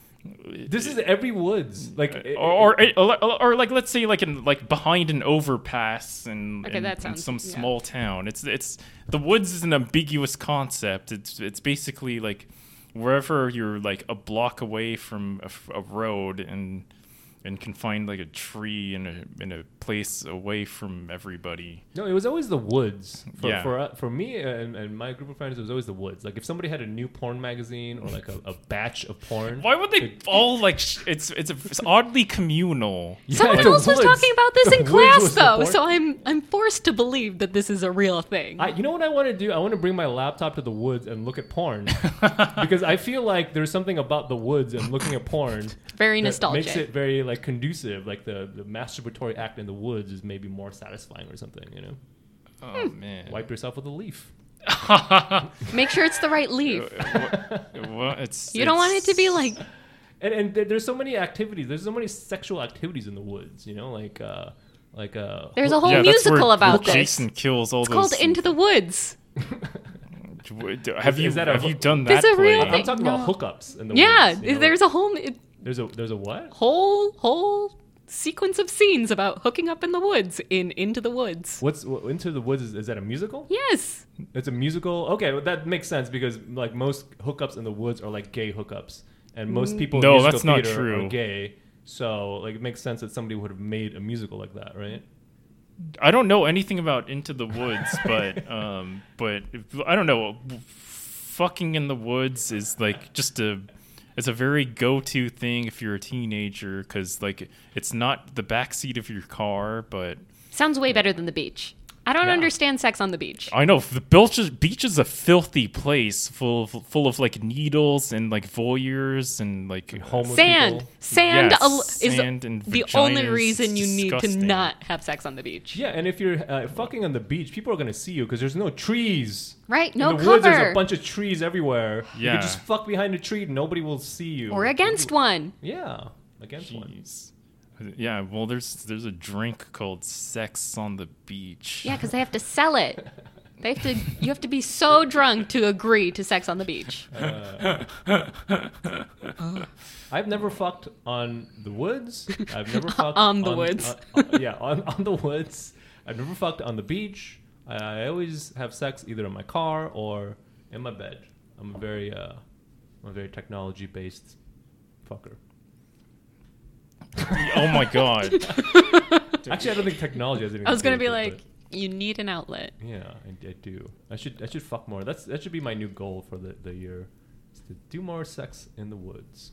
B: This is every woods. Like it-
A: or, or, or, or like let's say like in like behind an overpass and
C: Okay,
A: in,
C: that sounds-
A: some
C: yeah.
A: small town. It's it's the woods is an ambiguous concept. It's it's basically like wherever you're like a block away from a, f- a road and and can find like a tree in a in a place away from everybody.
B: no, it was always the woods. For
A: Yeah.
B: for, uh, for me and, and my group of friends, it was always the woods. Like if somebody had a new porn magazine or like a, a batch of porn.
A: Why would they all like? sh- It's it's, a, it's oddly communal.
B: Yeah,
C: Someone
B: the
C: else was
B: woods.
C: talking about
B: [laughs]
C: this
B: The
C: in
B: woods
C: class
B: was the
C: though,
B: porn-
C: so I'm I'm forced to believe that this is a real thing.
B: I, you know what I want to do? I want to bring my laptop to the woods and look at
C: [laughs]
B: porn because I feel like there's something about the woods and looking at porn
C: [laughs] Very
B: that
C: nostalgic.
B: makes it very like conducive. Like the, the masturbatory act in the woods is maybe more satisfying or something. You know,
A: Oh
C: Hmm.
A: man.
B: [laughs] wipe yourself with a leaf.
C: Make sure it's the right leaf.
B: [laughs]
A: Well, it's
C: You don't want it
A: it's-
C: to be like
B: And and there, there's so many activities. There's so many sexual activities in the woods. You know, like uh, like uh,
C: there's a whole
A: Yeah, that's
C: musical
A: where
C: about this.
A: Jason kills all
C: it's
A: those.
C: called Into the Woods.
A: Have
B: Is-
A: you
B: is that a-
A: have you done that?
C: There's a real
A: play?
B: I'm
C: thing.
B: talking about
C: No.
B: hookups in the
C: Yeah,
B: woods. you know,
C: there's
B: like-
C: a whole it-
B: there's a there's a what?
C: whole whole sequence of scenes about hooking up in the woods in Into the Woods.
B: What's what, into the woods? Is, is that a musical?
C: Yes.
B: It's a musical. Okay, well, that makes sense because like most hookups in the woods are like gay hookups, and
C: Mm.
B: most people
A: No,
B: in musical
A: that's not
B: theater
A: true.
B: are gay. So like it makes sense that somebody would have made a musical like that, right?
A: I don't know anything about Into the Woods, [laughs] but um, but I don't know. Fucking in the woods is like just a. It's a very go-to thing if you're a teenager because like it's not the backseat of your car, but
C: Sounds way better than the beach. I don't
B: Yeah.
C: understand sex on the beach.
A: I know the beach is, beach is a filthy place full of, full of like needles and like voyeurs and like
B: Homeless
C: Sand,
B: people.
C: sand
A: Yes,
C: al- is
A: sand and
C: the only
A: vaginas.
C: reason
A: It's
C: you need to
A: disgusting.
C: not have sex on the beach.
B: Yeah, and if you're uh, fucking on the beach, people are gonna see you because there's no trees.
C: Right? No
B: in the
C: cover.
B: woods, there's a bunch of trees everywhere. You
A: Yeah.
B: can just fuck behind a tree, nobody will see you.
C: or against one.
B: Yeah, against one.
A: Jeez. Yeah, well, there's there's a drink called Sex on the Beach.
C: Yeah, because they have to sell
B: [laughs]
C: it. They have to. You have to be so drunk to agree to sex on the beach.
B: I've never fucked on the woods. I've
C: [laughs]
B: never fucked
C: On the woods.
B: on- on- yeah, on, on the woods. I've never fucked on the beach. I, I always have sex either in my car or in my bed. I'm a very, uh, I'm a very technology based fucker.
A: oh
C: [laughs]
A: my god.
B: Actually, I don't think technology has anything.
C: I was
B: to do
C: gonna be
B: with it,
C: like, you need an outlet.
B: but yeah, I, I do. I should, I should fuck more. That's that should be my new goal for the the year. Is to do more sex in the woods.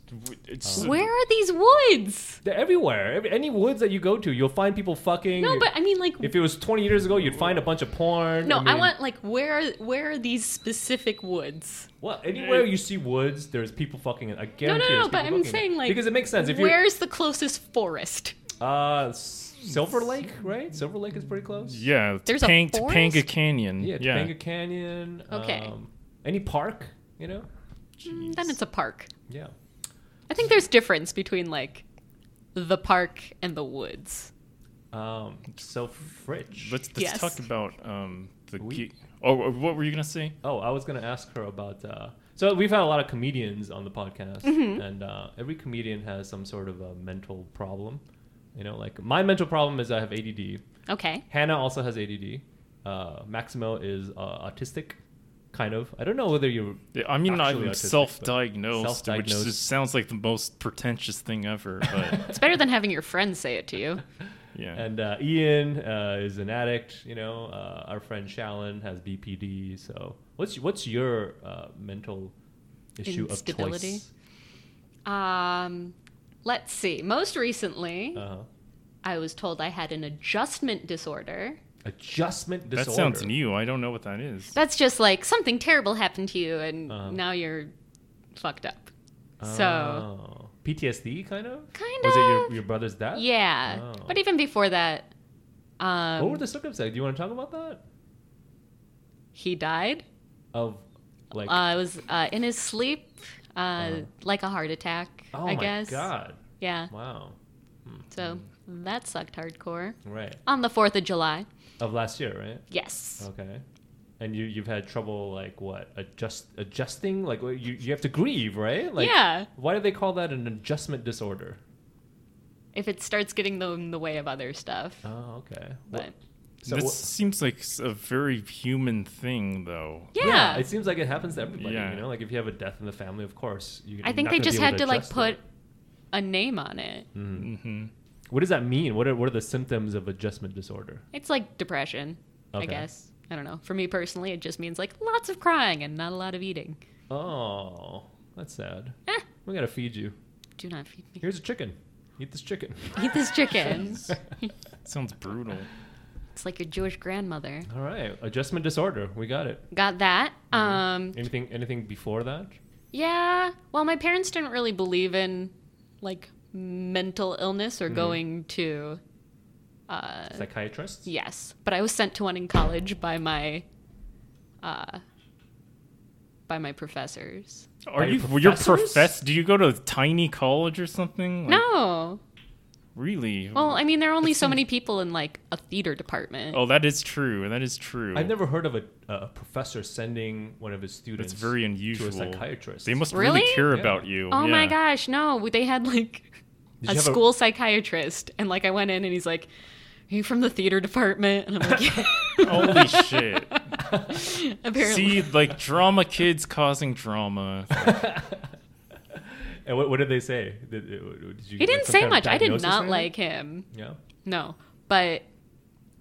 A: It's,
C: Where are these woods?
B: They're everywhere. Every, any woods that you go to, you'll find people fucking.
C: No,
B: You're-
C: but I mean, like,
B: If it was 20 years ago, you'd find a bunch of porn.
C: no, I,
B: mean,
C: want like where where are these specific woods?
B: Well, anywhere you see woods, there's people fucking. I guarantee.
C: No, no, no.
B: there's
C: But
B: people
C: I'm
B: fucking.
C: saying like
B: because it makes sense if you're
C: where's the closest forest?
B: uh, S- Silver Lake, right? Silver Lake is pretty close.
A: yeah,
C: There's a
A: Topang-
C: forest?
A: Topanga Canyon.
B: Yeah,
A: Yeah,
B: Topanga Canyon.
C: Okay.
B: Um, any park, you know?
C: Mm, Then it's a park.
B: Yeah.
C: I think there's difference between like the park and the woods.
B: Um, so Fridge.
A: Let's let's
C: Yes.
A: talk about um the.
B: We-
A: ge- oh, uh, what were you gonna say?
B: Oh, I was gonna ask her about. Uh, so we've had a lot of comedians on the podcast,
C: Mm-hmm.
B: and uh, every comedian has some sort of a mental problem. You know, like my mental problem is I have ADD.
C: Okay.
B: Hannah also has ADD. Uh, Maximo is uh, autistic, kind of. I don't know whether
A: [laughs]
B: you.
A: I mean,
B: Actually
A: I'm
B: autistic, but
A: self-diagnosed, which
B: self-diagnosed.
A: just sounds like the most pretentious thing
B: [laughs]
A: ever. But
C: It's better than having your friends say it to you.
A: yeah,
B: And uh, Ian uh, is an addict. You know, uh, our friend Shallon has BPD. So, what's what's your uh, mental issue of
C: Instability?
B: choice?
C: [laughs] Um, let's see. Most recently,
B: Uh,
C: I was told I had an adjustment disorder.
B: adjustment
A: that
B: disorder.
A: sounds new. I don't know what that is.
C: That's just like something terrible happened to you and
B: Uh-huh.
C: now you're fucked up. So,
B: Oh. PTSD, kind of.
C: kind
B: Was it your,
C: of.
B: your brother's death?
C: yeah.
B: Oh.
C: But even before that, um,
B: What were the circumstances? Do you want to talk about that?
C: he died.
B: Of like, Uh-huh.
C: uh, it was uh, in his sleep, uh, like a heart attack,
B: oh
C: I
B: my
C: guess.
B: god,
C: Yeah.
B: wow,
C: So that sucked hardcore.
B: right?
C: On the 4th of July.
B: Of last year, right?
C: Yes.
B: Okay. And you you've had trouble like what adjust adjusting like what- you you have to grieve right like
C: Yeah.
B: why do they call that an adjustment disorder
C: If it starts getting the, in the way of other stuff.
B: oh okay
C: But
B: so
A: this
B: wha-
A: seems like s- a very human thing, though.
C: yeah.
B: it seems like it happens to everybody
A: Yeah.
B: you know like if you have a death in the family of course you,
C: I
B: you're
C: think
B: not
C: they
B: gonna
C: just
B: be able
C: had to like
B: adjust
C: put
B: that.
C: a name on it.
A: Mm-hmm.
B: what does that mean what are what are the symptoms of adjustment disorder
C: It's like depression, I
B: Okay.
C: guess. I don't know. For me personally, it just means like lots of crying and not a lot of eating.
B: oh that's sad
C: Eh,
B: we gotta feed you
C: do not feed
B: [laughs]
C: me.
B: here's a chicken eat this chicken [laughs]
C: Eat this chicken. [laughs]
A: Sounds brutal.
C: it's like your Jewish grandmother.
B: all right adjustment disorder we got it
C: Got that. Um,
B: anything anything before that
C: yeah. Well, my parents didn't really believe in like mental illness or going to. Uh,
B: psychiatrists
C: yes, but I was sent to one in college by my. Uh, by my professors.
A: Are
B: your
A: you your
B: professors?
A: profess? Do you go to a tiny college or something? Like,
C: No,
A: really.
C: Well, I mean, there are only so many people in like a theater department.
A: Oh, that is true. That is true.
B: I've never heard of a, a professor sending one of his students.
A: That's very unusual.
B: To a psychiatrist.
A: They must really,
C: Really?
A: care
B: Yeah.
A: about you.
C: Oh my
A: yeah.
C: gosh, no, they had like
B: Did
C: a
B: you have
C: school psychiatrist, and like I went in and he's like, "Are you from the theater department?" And I'm like, [laughs]
A: Holy shit.
C: "Apparently."
A: See, like drama kids causing drama.
B: And what, what did they say? Did, did you
C: he
B: get
C: didn't
B: some
C: say
B: kind of
C: much. I did
B: diagnosis or
C: not
B: anything?
C: like him.
B: Yeah.
C: No, but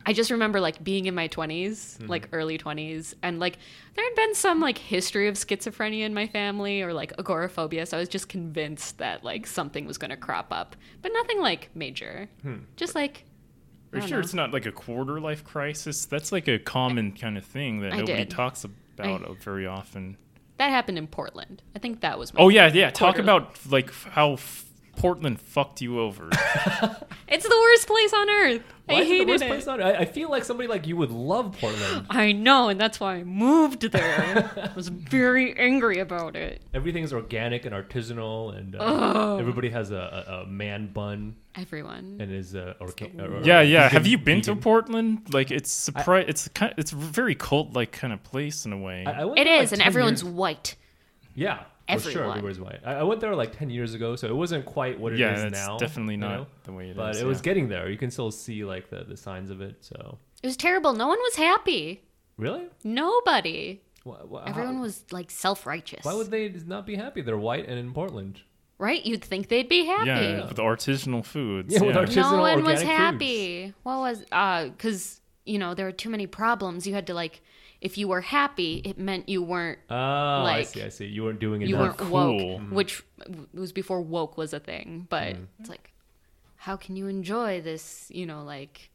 C: I just remember like being in my 20s,
B: Mm-hmm.
C: like early 20s, and like there had been some like history of schizophrenia in my family or like agoraphobia, so I was just convinced that like something was going to crop up, but nothing like major.
B: Hmm.
C: Just like
A: Are
C: I
A: you
C: don't
A: sure
C: know.
A: it's not like a quarter life crisis? That's like a common kind of thing that
C: I
A: nobody
C: did.
A: talks about uh,
C: I-
A: very often.
C: that happened in Portland. I think that was my
A: Oh yeah, yeah. Talk
C: Quarter-
A: about like how f- Portland fucked you
B: [laughs]
A: over.
C: It's the worst place on earth.
B: Why is it
C: I
B: the
C: hated
B: worst
C: it.
B: place on earth? I, I feel like somebody like you would love Portland.
C: I know, and that's why I moved
B: [laughs]
C: there. I was very angry about it.
B: Everything's organic and artisanal, and uh,
C: Ugh.
B: everybody has a, a, a man bun
C: Everyone.
B: and is uh, orca- or-
A: yeah,
B: or
A: yeah.
B: vegan-
A: Have you been to
B: vegan.
A: Portland? Like it's surprise. It's kind. It's a very cult like kind of place in a way.
B: I- I went
C: It
B: there, like,
C: is, and
B: 10
C: everyone's
B: years-
C: white.
B: yeah, for sure.
C: Everyone.
B: Everywhere's white. I, I went there like ten years ago, so it wasn't quite what it is
A: yeah, it's
B: now.
A: definitely
B: you
A: not
B: know?
A: the way it is.
B: but it was
A: yeah.
B: getting there. You can still see like the, the signs of it. So
C: It was terrible. No one was happy.
B: really,
C: Nobody.
B: Wha- wha- how-
C: Everyone was like self righteous.
B: Uh-huh. Why would they not be happy? They're white and in Portland.
C: Right? You'd think they'd be happy.
A: Yeah, with artisanal foods.
B: Yeah, with
A: yeah.
B: artisanal-
C: No one
B: organic
C: was
B: foods.
C: happy. What was uh cuz you know, there were too many problems. You had to like if you were happy, it meant you weren't
B: Oh, I
C: Like,
B: see. I see. You weren't doing it.
C: you
A: weren't
C: weren't
A: cool.
C: woke, which w- was before woke was a thing. But it's like, how can you enjoy this? You know, like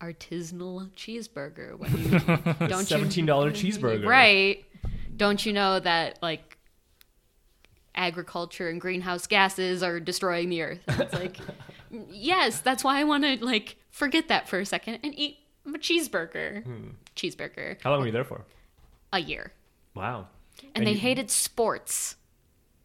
C: artisanal cheeseburger when you don't
B: seventeen
C: you
B: dollar cheeseburger.
C: right? Don't you know that like agriculture and greenhouse gases are destroying the earth? And it's like, [laughs] yes, that's why I want to like forget that for a second and eat a cheeseburger. Cheeseburger
B: How long were you there for?
C: a year.
B: Wow.
C: And, they
B: you-
C: hated sports.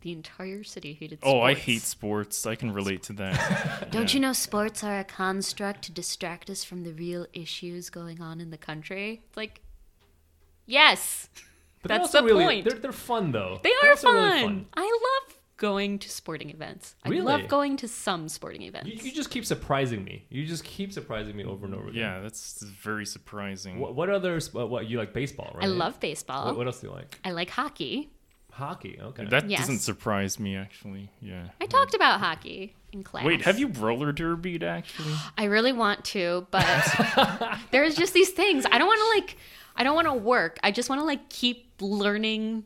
C: The entire city hated sports.
A: Oh, I hate sports. I can relate to [laughs] that.
C: [laughs] Don't you know sports are a construct to distract us from the real issues going on in the country? It's like, yes,
B: But they're
C: That's
B: also
C: the
B: really,
C: point.
B: They're, they're fun though.
C: they
B: They're
C: are
B: also
C: fun.
B: really
C: I love going to sporting events. I
B: Really?
C: love going to some sporting events.
B: You, you just keep surprising me. You just keep surprising me over and over again.
A: yeah, that's very surprising.
B: What, what other? sp- What, what you like? Baseball, right?
C: I love baseball.
B: What, what else do you like?
C: I like hockey.
B: Hockey. Okay.
A: That
C: Yes.
A: doesn't surprise me actually. Yeah.
C: I
B: Mm.
C: talked about hockey in class.
A: Wait, have you roller derbied actually?
C: I really want to, but
B: [laughs]
C: there's just these things. I don't want to like I don't want to work. I just want to like keep learning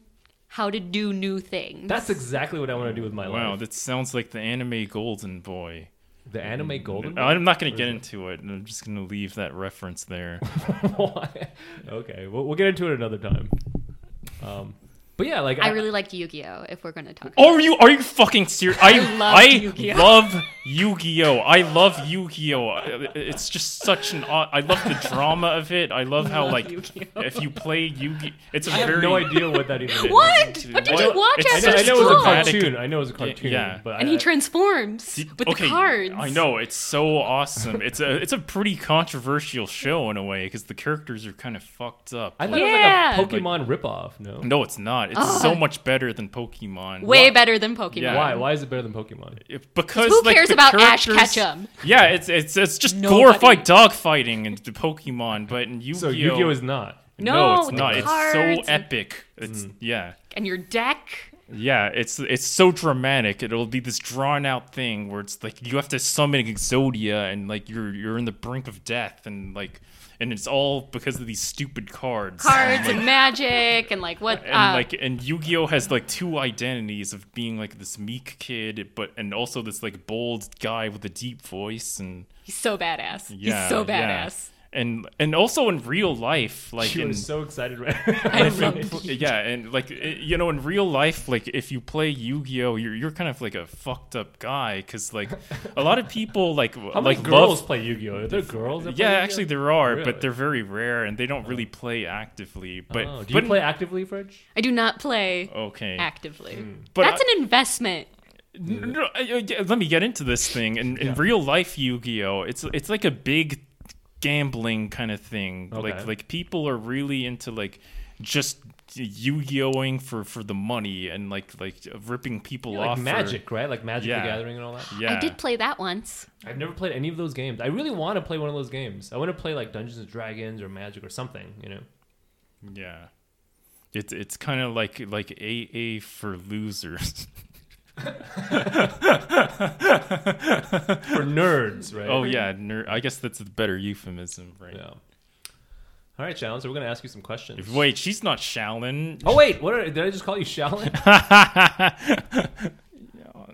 C: how to do new things.
B: That's exactly what I want to do with my
A: Wow,
B: life.
A: that sounds like the anime Golden Boy.
B: the anime Golden. Boy?
A: Uh,
B: [laughs]
A: I'm not going to get into it. I'm just going to leave that reference there.
B: Why? okay, we'll, we'll get into it another time. Um, but yeah, like
C: I really liked Yu-Gi-Oh if we're going to talk.
A: Oh, [laughs] are you are you fucking serious? I
C: love
A: I
C: Yu-Gi-Oh.
A: love Yu-Gi-Oh. I love Yu-Gi-Oh. I- It's just such an odd- I love the drama of it. I love how
C: love
A: like
C: Yu-Gi-Oh.
A: if you play Yu-Gi, it's a
B: I have
A: very
B: no idea what that even is.
C: What? What did
A: Well,
C: you watch
A: it's-
B: I know,
C: after
B: I know it was Uh, a
C: school?
A: dramatic-
B: cartoon. I know it was a cartoon.
A: yeah.
B: but
C: And
B: I-
C: he transforms
A: Did-
C: with the cards.
A: I know it's so awesome. It's a it's a pretty controversial show in a way because the characters are kind of fucked up.
B: I thought
C: Yeah.
B: it was like a Pokemon ripoff. No,
A: no, it's not. It's
C: Ugh.
A: so much better than Pokemon.
C: Way better than Pokemon.
A: Yeah.
B: why? Why is it better than Pokemon?
A: It- Because
C: Who
A: like,
C: cares
A: the
C: about Ash
A: characters-
C: Ketchum?
A: Yeah, it's it's it's just
C: Nobody.
A: glorified dogfighting in the Pokemon, but in Yu-Gi-Oh,
B: So Yu-Gi-Oh is not.
A: no,
C: No,
A: it's
C: the
A: not. It's
C: cards
A: so
C: and-
A: epic. It's
B: Mm.
A: yeah,
C: And your deck
A: yeah. It's it's so dramatic. It'll be this drawn out thing where it's like you have to summon Exodia, and like you're you're in the brink of death, and like and it's all because of these stupid cards.
C: cards and magic and like what
A: and
C: uh,
A: like and Yu-Gi-Oh has like two identities of being like this meek kid, but and also this like bold guy with a deep voice and
C: he's so badass.
A: yeah,
C: he's so
A: yeah.
C: badass.
A: And and also in real life, like
B: She
A: in,
B: was so excited right [laughs]
C: I
A: if you
C: love
A: pl- Um, yeah, and like i- you know, in real life, like if you play Yu-Gi-Oh, you're you're kind of like a fucked up guy because like a lot of
B: [laughs]
A: people like w-
B: How many
A: like
B: girls
A: love.
B: play Yu-Gi-Oh? Are there girls? That
A: Yeah,
B: play
A: actually there are,
B: Really?
A: but they're very rare and they don't really play actively. But
B: Yu-Gi-Oh? Oh, do you
A: but-
B: play actively, Fridge?
C: I do not play
A: Okay. Hmm.
C: actively.
A: But
C: That's
A: I-
C: an investment.
A: N- no, I- I- yeah, let me get into this thing. In, in real life Yu-Gi-Oh, it's it's like a big gambling kind of thing.
B: Okay.
A: Like like people are really into like just Yu-Gi-Ohing for for the money and like like ripping people off.
B: Like
A: for-
B: Magic, right? Like Magic
A: Yeah.
B: the Gathering and all that.
A: yeah.
C: I did play that once.
B: I've never played any of those games. I really want to play one of those games. I want to play like Dungeons and Dragons or Magic or something, you know.
A: yeah. It's it's kind of like like AA for losers. [laughs]
B: for nerds,
A: [laughs]
B: right?
A: Oh yeah, ner- I guess that's a better euphemism, right?
B: Yeah. All right, Shallon. So we're gonna ask you some questions.
A: If- Wait, she's not Shallon. [laughs]
B: oh wait, what are, did I just call you Shallon?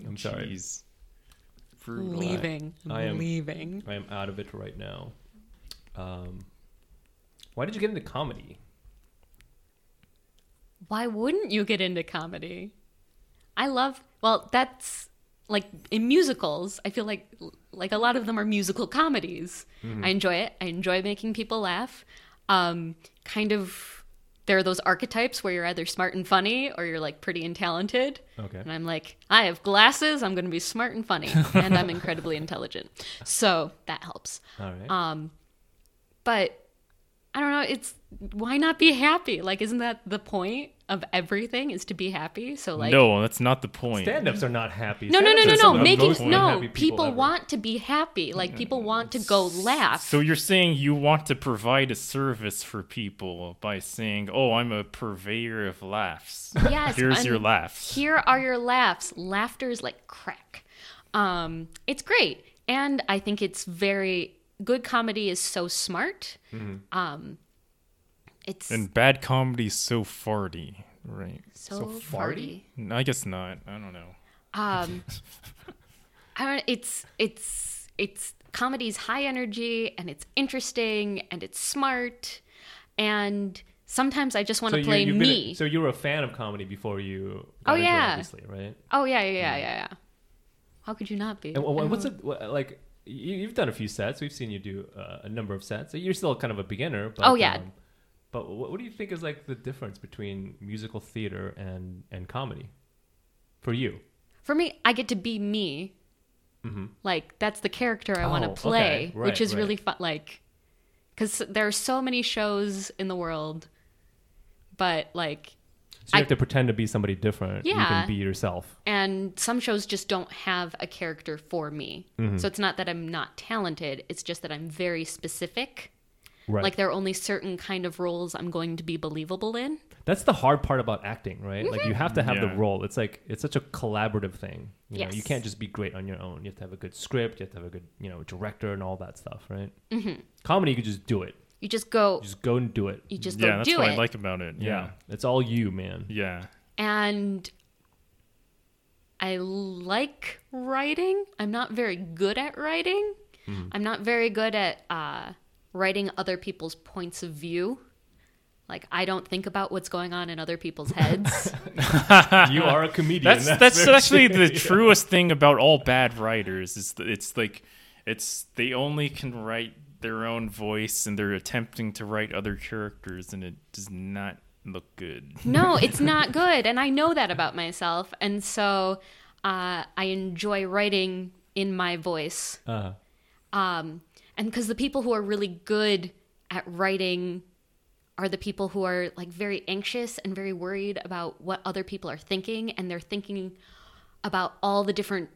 A: I'm
B: sorry.
A: Brutal.
C: Leaving.
B: I am-
C: leaving.
B: I am out of it right now. Um, why did you get into comedy?
C: Why wouldn't you get into comedy? I love. Well, that's like in musicals. I feel like like a lot of them are musical comedies.
A: Mm-hmm.
C: I enjoy it. I enjoy making people laugh. Um, kind of. There are those archetypes where you're either smart and funny or you're like pretty and talented.
A: Oh,
B: Okay.
C: And I'm like, I have glasses. I'm going to be smart and funny, and I'm incredibly intelligent. So that helps.
B: All right.
C: um, but I don't know. It's why not be happy? Like, isn't that the point of everything? Is to be happy? So like,
A: No, that's not the point.
B: Stand-ups are not happy.
C: no, no, no,
B: Stand-ups
C: no,
B: are
C: no.
B: some of the most
C: Making no
B: unhappy
C: people,
B: ever.
C: want to be happy. Like people want to go laugh.
A: So you're saying you want to provide a service for people by saying, "Oh, I'm a purveyor of laughs."
C: Yes,
A: Here's
C: and
A: your laughs.
C: Here are your laughs. Laughter is like crack. Um, it's great, and I think it's very good. Comedy is so smart. Um,
B: Mm-hmm.
C: it's
A: and bad comedy's so farty, right?
C: so, farty.
A: I guess not. I don't know.
C: um i don't it's it's it's comedy's high energy and it's interesting and it's smart and sometimes i just want
B: So
C: to
B: you,
C: play
B: you've been a-
C: me
B: so you were a fan of comedy before you. Got
C: Oh,
B: into it,
C: yeah.
B: obviously, right.
C: oh yeah yeah
B: Mm.
C: yeah yeah yeah how could you not be
B: And wha- wha-
C: I'm
B: what's it wha- like? You, you've done a few sets. We've seen you do uh, a number of sets. So you're still kind of a beginner. But,
C: Oh, yeah.
B: um, but what, what do you think is like the difference between musical theater and and comedy, for you?
C: for me, I get to be me. Like that's the character I want
B: Mm-hmm. Oh,
C: to
B: okay.
C: play,
B: Right,
C: which is
B: right.
C: really fun. Like, because there are so many shows in the world, but like,
B: So you
C: I-
B: have to pretend to be somebody different. You
C: Yeah.
B: can be yourself.
C: and some shows just don't have a character for me.
B: Mm-hmm.
C: So it's not that I'm not talented; it's just that I'm very specific.
B: Right.
C: Like there are only certain kind of roles I'm going to be believable in.
B: That's the hard part about acting, right? Like
C: Mm-hmm.
B: you have to have the
A: Yeah.
B: role. It's like it's such a collaborative thing. You know, you
C: Yes.
B: can't just be great on your own. You have to have a good script. You have to have a good, you know, director and all that stuff, right? Mm-hmm. Comedy, you could just do it.
C: You just go,
B: Just go and do it.
C: you just
A: yeah,
C: go
A: that's
C: do
A: what
C: it.
A: I like about it.
B: Yeah, it's all you,
A: [laughs]
B: man.
A: Yeah.
C: and I like writing. I'm not very good at writing. I'm not very good at uh, writing other people's points of view. Like I don't think about what's going on in other people's heads.
B: you are a comedian.
A: That's that's,
B: [laughs] very
A: actually
B: true.
A: the truest thing about all bad writers is that it's like it's they only can write their own voice and they're attempting to write other characters and it does not look good.
C: no, it's not good, and I know that about myself. And so uh, I enjoy writing in my voice
B: Uh,
C: um, and because the people who are really good at writing are the people who are like very anxious and very worried about what other people are thinking and they're thinking about all the different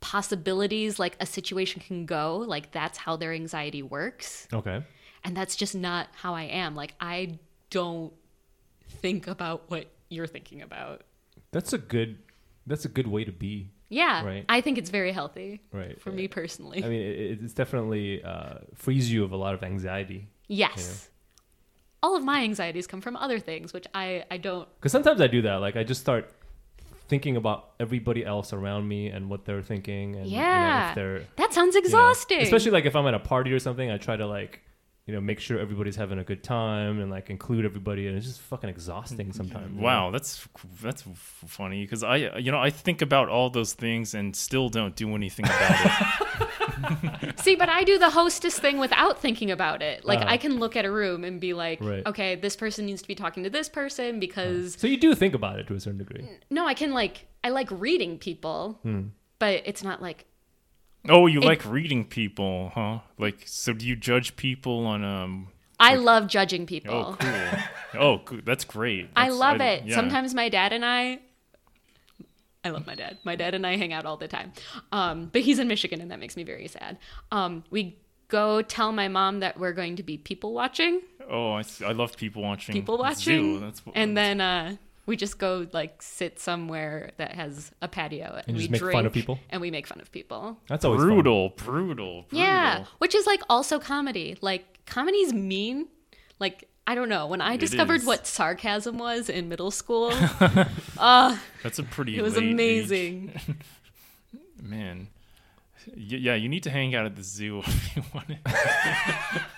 C: possibilities like a situation can go like that's how their anxiety works
A: [laughs]
B: okay.
C: and that's just not how i am like i don't think about what you're thinking about
B: That's a good. That's a good way to be.
C: yeah
B: Right.
C: i think it's very healthy
B: Right.
C: for me personally
B: I mean, it, it's definitely uh, frees you of a lot of anxiety.
C: Yes. All of my anxieties come from other things, which I, I don't.
B: Because sometimes I do that. Like I just start thinking about everybody else around me and what they're thinking, and you know,
C: Yeah.
B: if they're
C: That sounds
B: you know,
C: exhausting.
B: especially like if I'm at a party or something, I try to like you know make sure everybody's having a good time and like include everybody, and it's just fucking exhausting sometimes. you know?
A: Wow, that's that's funny because I you know I think about all those things and still don't do anything about it.
C: See, but I do the hostess thing without thinking about it. Like,
B: Uh-huh.
C: I can look at a room and be like,
B: Right. Uh-huh.
C: okay, this person needs to be talking to this person because.
B: So you do think about it to a certain degree.
C: No, I can, like, I like reading people,
B: Hmm.
C: but it's not like.
A: Oh, you like reading people, huh? Like so do you judge people on um
C: I love judging people.
A: Oh,
C: [laughs]
A: cool. oh, cool. that's great.
C: I
A: That's-
C: love it.
A: yeah.
C: Sometimes my dad and I I love my dad. My dad and I hang out all the time. Um, but he's in Michigan and that makes me very sad. Um, we go tell my mom that we're going to be people watching,
A: Oh, I, s- I love people watching.
C: people
A: Oh, Zoo,
C: watching.
A: That's,
C: and then uh We just go like sit somewhere that has a patio and,
B: And
C: we
B: just make
C: drink
B: fun of people?
C: and we make fun of people.
B: That's always fun. [laughs]
A: brutal, brutal, brutal.
C: Yeah, which is like also comedy. Like comedy's mean. Like I don't know. When I discovered
A: is.
C: what sarcasm was in
A: [laughs]
C: middle school, uh,
A: That's a pretty.
C: it was
A: late age.
C: amazing.
A: man. Y- yeah, you need to hang out at the zoo [laughs] if you want to.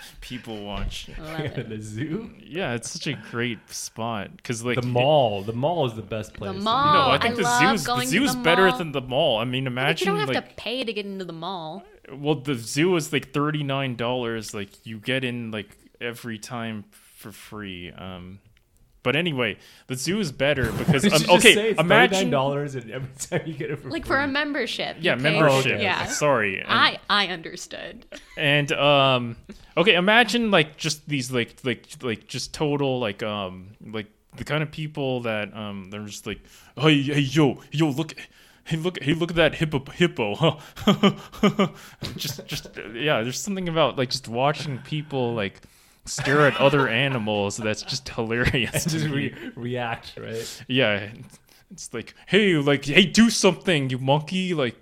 A: [laughs] People watch.
C: Love it.
B: the zoo,
A: Yeah, it's such a great spot because like
B: the mall. The mall is the best place.
C: mall.
A: No, I
C: Oh, I
A: think the
C: love
A: zoo's the
C: going to
A: zoo's
C: the
A: better
C: mall.
A: than the mall. I mean,
C: But you
A: imagine
C: don't have to
A: like
C: pay to get into the mall.
A: well, the zoo is like thirty nine dollars. Like you get in like every time for free. Um, but anyway, the zoo is better because
B: You
A: um,
B: should just say
A: okay,
B: it's
A: imagine
B: dollars, and every [laughs] time you get it for
C: Like
B: free.
C: for a membership. you
A: yeah
C: pay-
A: membership.
B: okay.
C: Yeah.
A: sorry. And-
C: I I understood.
A: and um okay imagine like just these like like like just total like um like the kind of people that um they're just like hey hey yo yo look hey look hey look at that hippo hippo huh [laughs] just just yeah there's something about like just watching people like stare at other animals that's just hilarious to
B: [laughs] just
A: me.
B: re- [laughs] react, right?
A: yeah it's like hey like hey do something you monkey like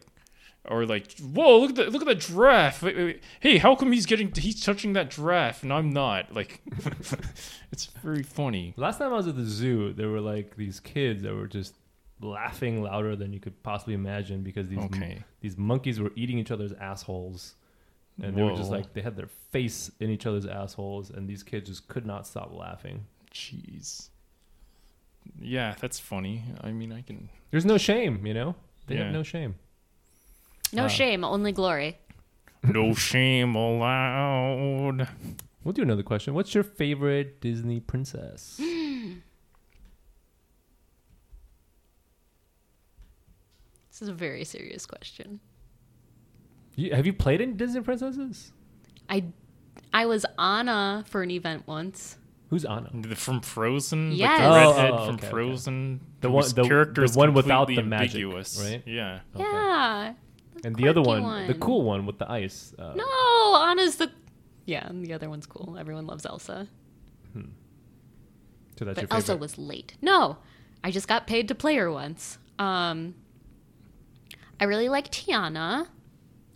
A: or like whoa look at that look at that giraffe Wait, wait, wait. hey how come he's getting he's touching that giraffe and i'm not like [laughs] it's very funny
B: Last time I was at the zoo, there were like these kids that were just laughing louder than you could possibly imagine because these
A: Okay.
B: these monkeys were eating each other's assholes, and they were just
A: Whoa.
B: like they had their face in each other's assholes, and these kids just could not stop laughing.
A: jeez yeah that's funny i mean i can
B: There's no shame, you know. They
A: Yeah.
B: have no shame.
C: No
B: Uh,
C: shame, only glory.
B: [laughs]
A: no shame allowed
B: We'll do another question. What's your favorite Disney princess?
C: This is a very serious question.
B: you, have you played any Disney princesses?
C: I I was Anna for an event once.
B: Who's Anna?
A: The- from frozen like
C: Yes.
A: the
C: Oh,
A: redhead
B: oh,
A: from
B: okay, okay.
A: frozen
B: The one-
A: whose
B: the-
A: character
B: the
A: is
B: one without
A: completely
B: the magic,
A: ambiguous
B: right?
A: yeah
B: Okay.
C: Yeah.
B: And the other
C: quirky
B: one, the
C: one.
B: cool one with the ice. Uh,
C: No, Anna's the Yeah, and the other one's cool. Everyone loves Elsa.
B: So that's your
C: but
B: favorite.
C: Elsa was late. No, I just got paid to play her once. Um I really like Tiana.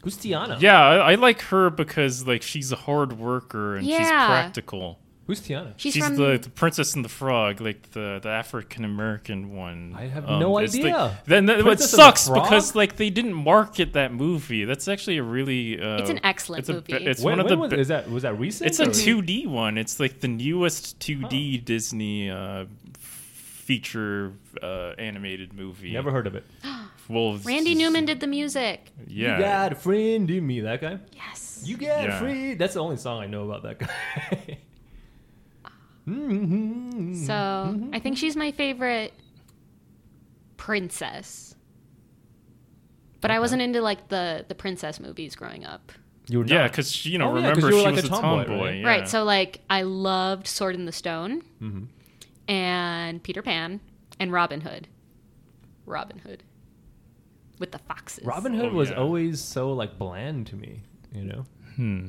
B: Who's Tiana?
A: Yeah, I, I like her because like she's a hard worker and she's
C: Yeah.
A: practical.
B: Who's Tiana?
C: She's,
A: she's
C: from
A: the, the princess and the frog, like the, the African American one. Um,
B: I have no
A: it's like-
B: idea.
A: then that, what
B: Princess and the
A: sucks
B: Frog?
A: because like they didn't market that movie. That's actually a really uh,
C: It's an excellent
A: it's a-
C: movie.
A: it's
B: When-
A: one of
B: when
A: the
B: was,
A: be-
B: is that was that recent?
A: it's a
B: or-
A: two D one. It's like the newest two D Disney uh, feature uh, animated movie.
B: Never heard of it.
A: Well, it's
C: Randy
A: just-
C: Newman did the music.
A: Yeah,
B: You got a friend in me. That guy.
C: Yes.
B: You got
A: Yeah.
B: a friend. That's the only song I know about that guy. [laughs] Mhm.
A: Mm-hmm.
C: So I think she's my favorite princess. But I wasn't into like the the princess movies growing up.
B: you were
A: yeah,
B: not-
A: because you know,
B: Oh, yeah, 'cause
A: remember
B: you were
A: she
B: like
A: was
B: a
A: a
B: tomboy,
A: tomboy.
B: right?
A: yeah.
C: Right. So like I loved Sword in the Stone
B: Mhm.
A: Mm-hmm.
C: and Peter Pan and Robin Hood. Robin Hood. With the foxes.
B: Robin Hood
A: Oh,
B: was
A: yeah.
B: always so like bland to me. You know.
A: Hmm.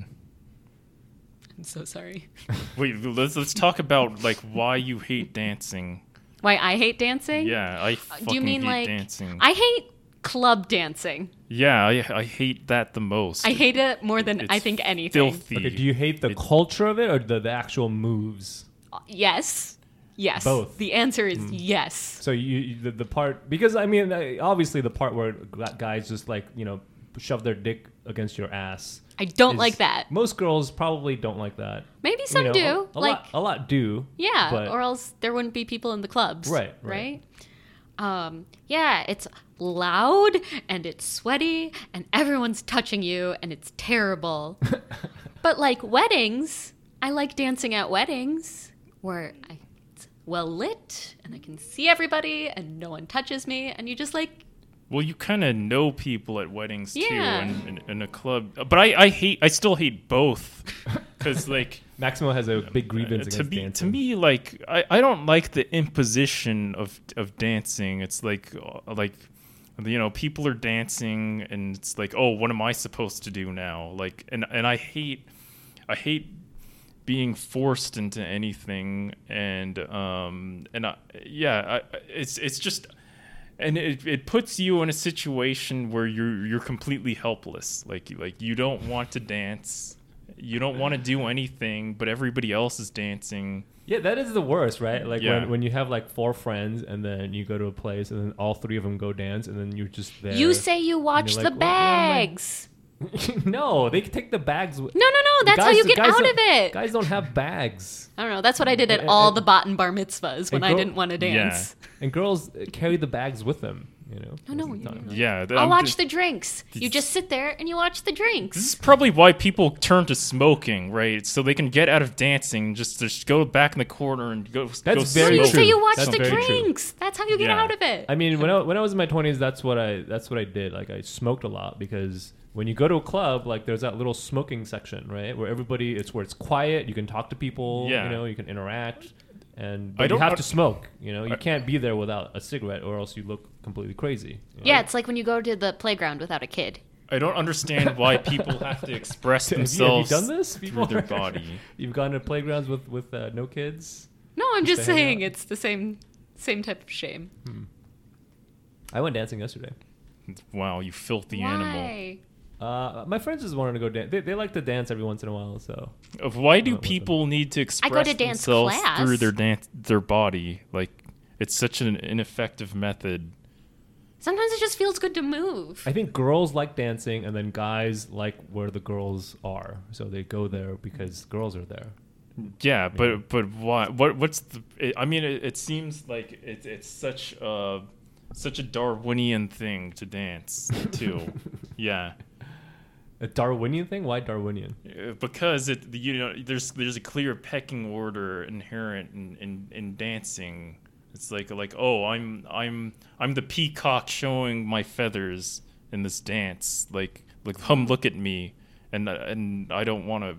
C: I'm so sorry.
A: Wait, let's let's talk about like why you hate dancing.
C: Why I hate dancing?
A: Yeah, I
C: Uh,
A: fucking
C: Do you mean
A: hate
C: like
A: dancing.
C: I hate club dancing.
A: yeah, I, I hate that the most.
C: I hate it more than I
A: It's
C: think anything.
A: Filthy.
B: Okay. Do you hate the
A: It's-
B: culture of it or the, the actual moves?
C: Yes. Yes.
B: Both.
C: The answer
A: Mm.
C: is yes.
B: So you, you the, the part because I mean I- obviously the part where gu- guys just like you know shove their dick against your ass.
C: I don't
B: is-
C: like that.
B: Most girls probably don't like that.
C: Maybe
B: You
C: some
B: know,
C: do.
B: A, a
C: like
B: lot, a lot do.
C: yeah,
B: but-
C: or else there wouldn't be people in the clubs.
B: Right,
C: Right?
B: right.
C: Um, yeah, it's loud and it's sweaty and everyone's touching you and it's
B: [laughs]
C: terrible. but like weddings, I like dancing at weddings where I it's well lit and I can see everybody and no one touches me and you just like
A: well, you kind of know people at weddings too,
C: Yeah.
A: and in, in a club. But I, I hate. I still hate
B: [laughs]
A: both, because like
B: Maximo has a big grievance
A: uh, to
B: against
A: me,
B: dancing.
A: to me, like I, I don't like the imposition of of dancing. It's like uh, like you know people are dancing and it's like oh what am I supposed to do now? Like and and I hate I hate being forced into anything and um and I, yeah I, it's it's just and it, it puts you in a situation where you're you're completely helpless like you like you don't want to dance you don't want to do anything but everybody else is dancing
B: Yeah, that is the worst, right? Like
A: Yeah.
B: when, when you have like four friends and then you go to a place and then all three of them go dance and then you're just there.
C: You say you watch
B: like,
C: the
B: "Well, well, my-"
C: bags.
B: [laughs] no, they take the bags. With,
C: No, no, no. That's how
B: Guys-
C: you get
B: guys
C: out
B: don't-
C: of it.
B: Guys don't have bags,
C: I don't know. That's what I did at
B: And-
C: all
B: and-
C: the bat and bar mitzvahs when
B: and
C: I
B: go-
C: didn't want to dance.
B: and girls uh, carry the bags with them. You know.
C: No, no,
B: That's the
C: no,
B: time.
C: no.
A: yeah
C: I'll
A: I'm-
C: watch the drinks. You just sit there and you watch the drinks.
A: This is probably why people turn to smoking, right? So they can get out of dancing, just just go back in the corner and go.
B: Hmm? That's
A: go
B: very
C: no, you
A: smoke.
B: true.
C: say you watch
B: That's
C: the
B: very true.
C: drinks. That's how you get
A: Yeah.
C: out of it.
B: I mean, when I when I was in my twenties, that's what I that's what I did. Like I smoked a lot because when you go to a club, like there's that little smoking section, right, where everybody it's where it's quiet. You can talk to people.
A: Yeah.
B: You know, you can interact, and
A: I
B: but you
A: don't-
B: have to smoke. You know, you
A: I-
B: can't be there without a cigarette, or else you look completely crazy. you know?
C: yeah, it's like when you go to the playground without a kid.
A: I don't understand why people have
B: [laughs]
A: to express
B: Have you-
A: themselves
B: Have you, done this
A: through
B: before? [laughs]
A: their body.
B: You've gone to playgrounds with with uh, no kids.
C: No, I'm just
B: to hang
C: saying
B: out.
C: it's the same same type of shame.
B: I went dancing yesterday.
A: Wow, you filthy animal!
C: Why?
B: Uh, my friends just wanted to go dance. They, they like to dance every once in a while, so
A: Of Why do
B: Not with them.
A: people need to express
C: dance
A: themselves
C: class.
A: through their dance their body? Like it's such an ineffective method.
C: Sometimes it just feels good to move.
B: I think girls like dancing, and then guys like where the girls are, so they go there because girls are there.
A: Yeah, but but why? What what's the? It, I mean, it, it seems like it's it's such a such a Darwinian thing to dance too. yeah,
B: A Darwinian thing? Why Darwinian?
A: Uh, because it you know there's there's a clear pecking order inherent in in, in dancing. It's like like oh I'm I'm I'm the peacock showing my feathers in this dance. Like like come look at me, and and I don't want to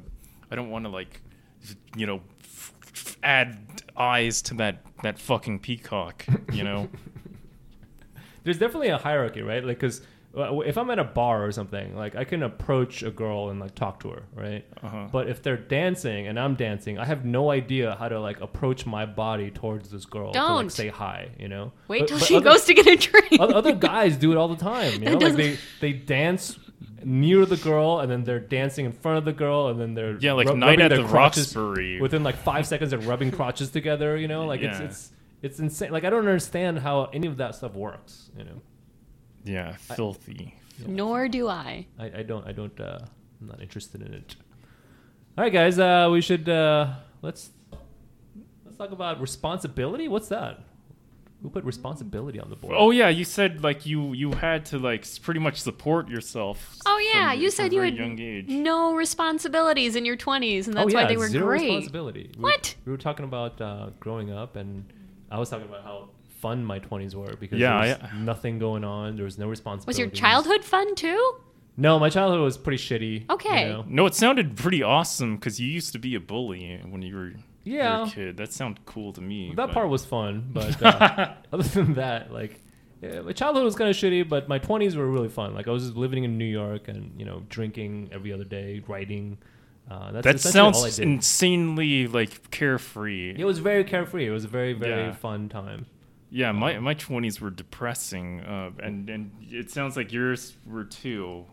A: I don't want to like you know f- f- add eyes to that that fucking peacock. You
B: [laughs]
A: know.
B: There's definitely a hierarchy, right? Like, because if I'm at a bar or something, like I can approach a girl and like talk to her, right?
A: Uh-huh.
B: But if they're dancing and I'm dancing, I have no idea how to like approach my body towards this girl to like
C: Don't.
B: say hi, you know?
C: Wait
B: But-
C: till
B: but
C: she
B: other-
C: goes to get a drink.
B: Oth- other guys do it all the time. You
C: That
B: know, like
C: doesn't-
B: they they dance near the girl, and then they're dancing in front of the girl, and then they're
A: Yeah, like
B: rub-
A: Night
B: rubbing
A: at
B: their
A: the
B: crotches
A: Roxbury.
B: Within like five seconds, they're rubbing crotches together. You know, like it's
A: Yeah.
B: it's it's insane. Like I don't understand how any of that stuff works. You know,
A: Yeah, filthy.
C: Nor do I.
B: I, I don't I don't uh, I'm not interested in it. All right, guys, uh, we should uh, let's let's talk about responsibility. What's that? Who put responsibility on the board?
A: Oh yeah, you said like you you had to like s- pretty much support yourself.
C: Oh yeah,
A: from-
C: you
A: from
C: said you
A: very
C: had
A: young age.
C: no responsibilities in your 20s and that's
B: oh, yeah,
C: why they were
B: zero
C: great.
B: responsibility. We-
C: What?
B: We were talking about uh, growing up, and I was talking about how fun my 20s were because
A: Yeah,
B: there was
A: I-
B: nothing going on. There was no
C: Was
B: responsibility.
C: your childhood fun too?
B: No, my childhood was pretty shitty.
C: Okay.
B: You know?
A: No, it sounded pretty awesome because you used to be a bully when you were, you were
B: Yeah.
A: a kid. That sounded cool to me.
B: That
A: but- [laughs]
B: part was [laughs] fun, but uh, other than that, like, yeah, my childhood was kind of shitty, but my 20s were really fun. Like, I was just living in New York and, you know, drinking every other day, writing. Uh, that's
A: that
B: essentially all I
A: sounds
B: did.
A: insanely like carefree.
B: it was very carefree. It was a very, very
A: Yeah.
B: fun time.
A: yeah, my my twenties were depressing, uh, and and it sounds like yours were too,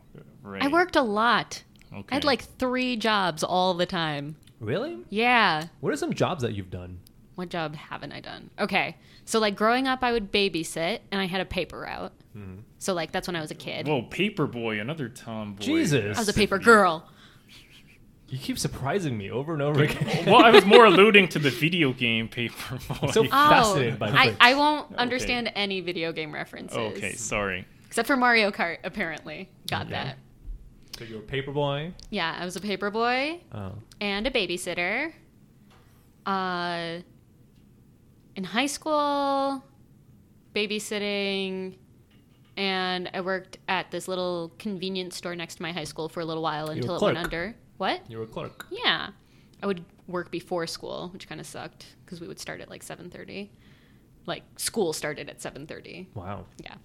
A: right?
C: I worked a lot. I
A: Okay.
C: had like 3 jobs all the time.
B: Really?
C: Yeah.
B: What are some jobs that you've done?
C: What job haven't I done? Okay. So like growing up I would babysit and I had a paper route.
B: Hmm.
C: So like that's when I was a kid.
A: Whoa, Paperboy, another tomboy.
B: Jesus.
C: I was a paper girl.
B: You keep surprising me over and over
A: [laughs]
B: again.
A: well, I was more alluding to the video game [laughs] Paperboy.
B: So-
C: Oh,
B: Fascinated by
C: I,
B: things.
C: I won't understand any video game references.
A: okay, sorry.
C: Except for Mario Kart, apparently. Got
B: Okay.
C: that.
B: so you're a paper boy.
C: Yeah, I was a paper boy
B: Oh.
C: and a babysitter. Uh, in high school, babysitting, and I worked at this little convenience store next to my high school for a little while until it went
B: clerk.
C: under. What?
B: You're a clerk.
C: Yeah, I would work before school, which kind of sucked because we would start at like seven thirty. Like school started at seven thirty.
B: Wow.
C: Yeah.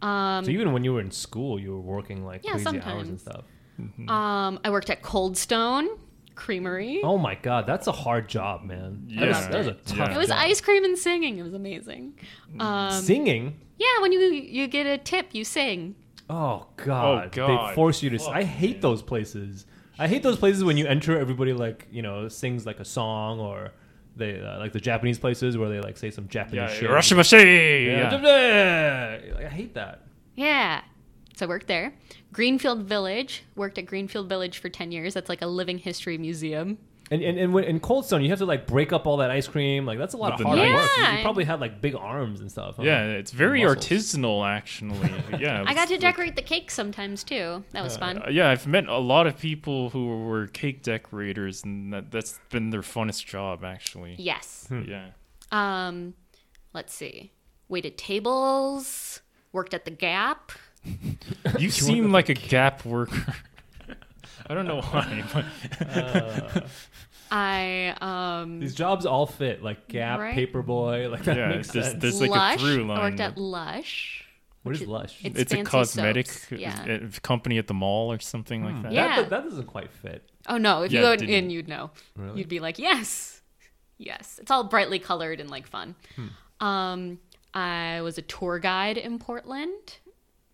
C: Um,
B: So even when you were in school, you were working like
C: Yeah,
B: crazy hours
C: sometimes.
B: and stuff.
C: Um, I worked at Cold Stone. creamery.
B: Oh my god, that's a hard job, man.
A: Yeah.
B: That's, that's a tough.
A: Yeah.
C: It was
B: job.
C: ice cream and singing. It was amazing.
B: Mm.
C: Um,
B: singing.
C: yeah, when you you get a tip, you sing.
B: Oh god.
A: God.
B: They force you to. sing.
A: Fuck,
B: I hate
A: man.
B: those places. I hate those places when you enter. Everybody like you know sings like a song or they uh, like the Japanese places where they like say some Japanese
A: Yeah,
B: shit.
A: Russian machine.
B: Yeah.
A: Yeah.
B: Like, I hate that.
C: Yeah. So I worked there. Greenfield Village. Worked at Greenfield Village for 10 years. That's like a living history museum.
B: And and and when, in Cold Stone, you have to like break up all that ice cream. Like that's a
A: With
B: lot of
A: the
B: hard
A: knife.
B: work. You-
C: Yeah.
B: You probably had like big arms and stuff. huh?
A: Yeah, it's very
B: Muscles.
A: artisanal,
B: [laughs]
A: actually. Yeah,
C: I got to
A: it's like-
C: decorate the cake sometimes too. That was fun.
A: Uh, yeah, I've met a lot of people who were cake decorators, and that, that's been their funnest job, actually.
C: Yes.
A: Yeah.
C: Um, let's see. Waited tables. Worked at the Gap.
B: Hmm. [laughs]
A: You, seem like a gap worker. [laughs] I don't know
B: [laughs]
A: why, but
C: I um
B: These jobs all fit like Gap,
C: Right.
B: Paperboy. Like that
A: Yeah,
B: makes
A: it's just-
B: sense.
A: this- There's like a
C: Lush.
A: through
C: I
A: line
C: worked at Lush.
B: what is Lush?
C: it's-
A: it's a
C: fancy
A: cosmetic
C: soaps, yeah.
A: uh, company at the mall or something like that.
C: Yeah.
B: That, but that doesn't quite fit.
C: Oh no! If
A: Yeah,
C: you
A: it
C: go
A: didn't.
C: in, you'd know. You'd be like, yes, yes. It's all brightly colored and like fun. Um, I was a tour guide in Portland,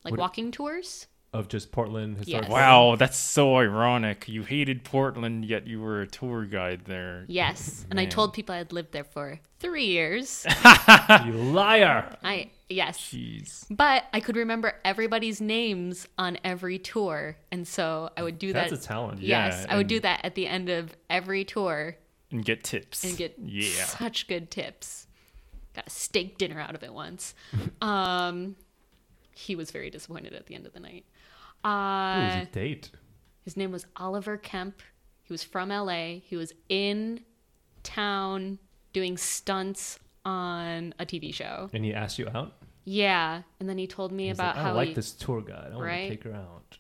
C: like
B: What-
C: walking tours.
B: Of just Portland historic.
C: Yes.
A: Wow, that's so ironic. You hated Portland, yet you were a tour guide there.
C: Yes, and I
A: Man.
C: told people I'd lived there for three years.
B: Portland. You liar.
C: I yes,
A: Jeez.
C: but I could remember everybody's names on every tour, and so I would do
B: That's
C: that.
B: a talent.
A: Yeah,
C: yes, I would
A: and-
C: do that at the end of every tour
A: And get tips.
C: and get
A: yeah.
C: such good tips. Got a steak dinner out of
B: [laughs]
C: it once. um, he was very disappointed at the end of the night.
B: Ooh, it was
C: Uh,
B: a date.
C: his name was Oliver Kemp. He was from LA. He was in town doing stunts on a TV show.
B: And he asked you out.
C: Yeah, and then he told me
B: He's
C: about
B: like, I
C: how
B: like
C: he,
B: this tour guide. I want to
C: Right?
B: take her out.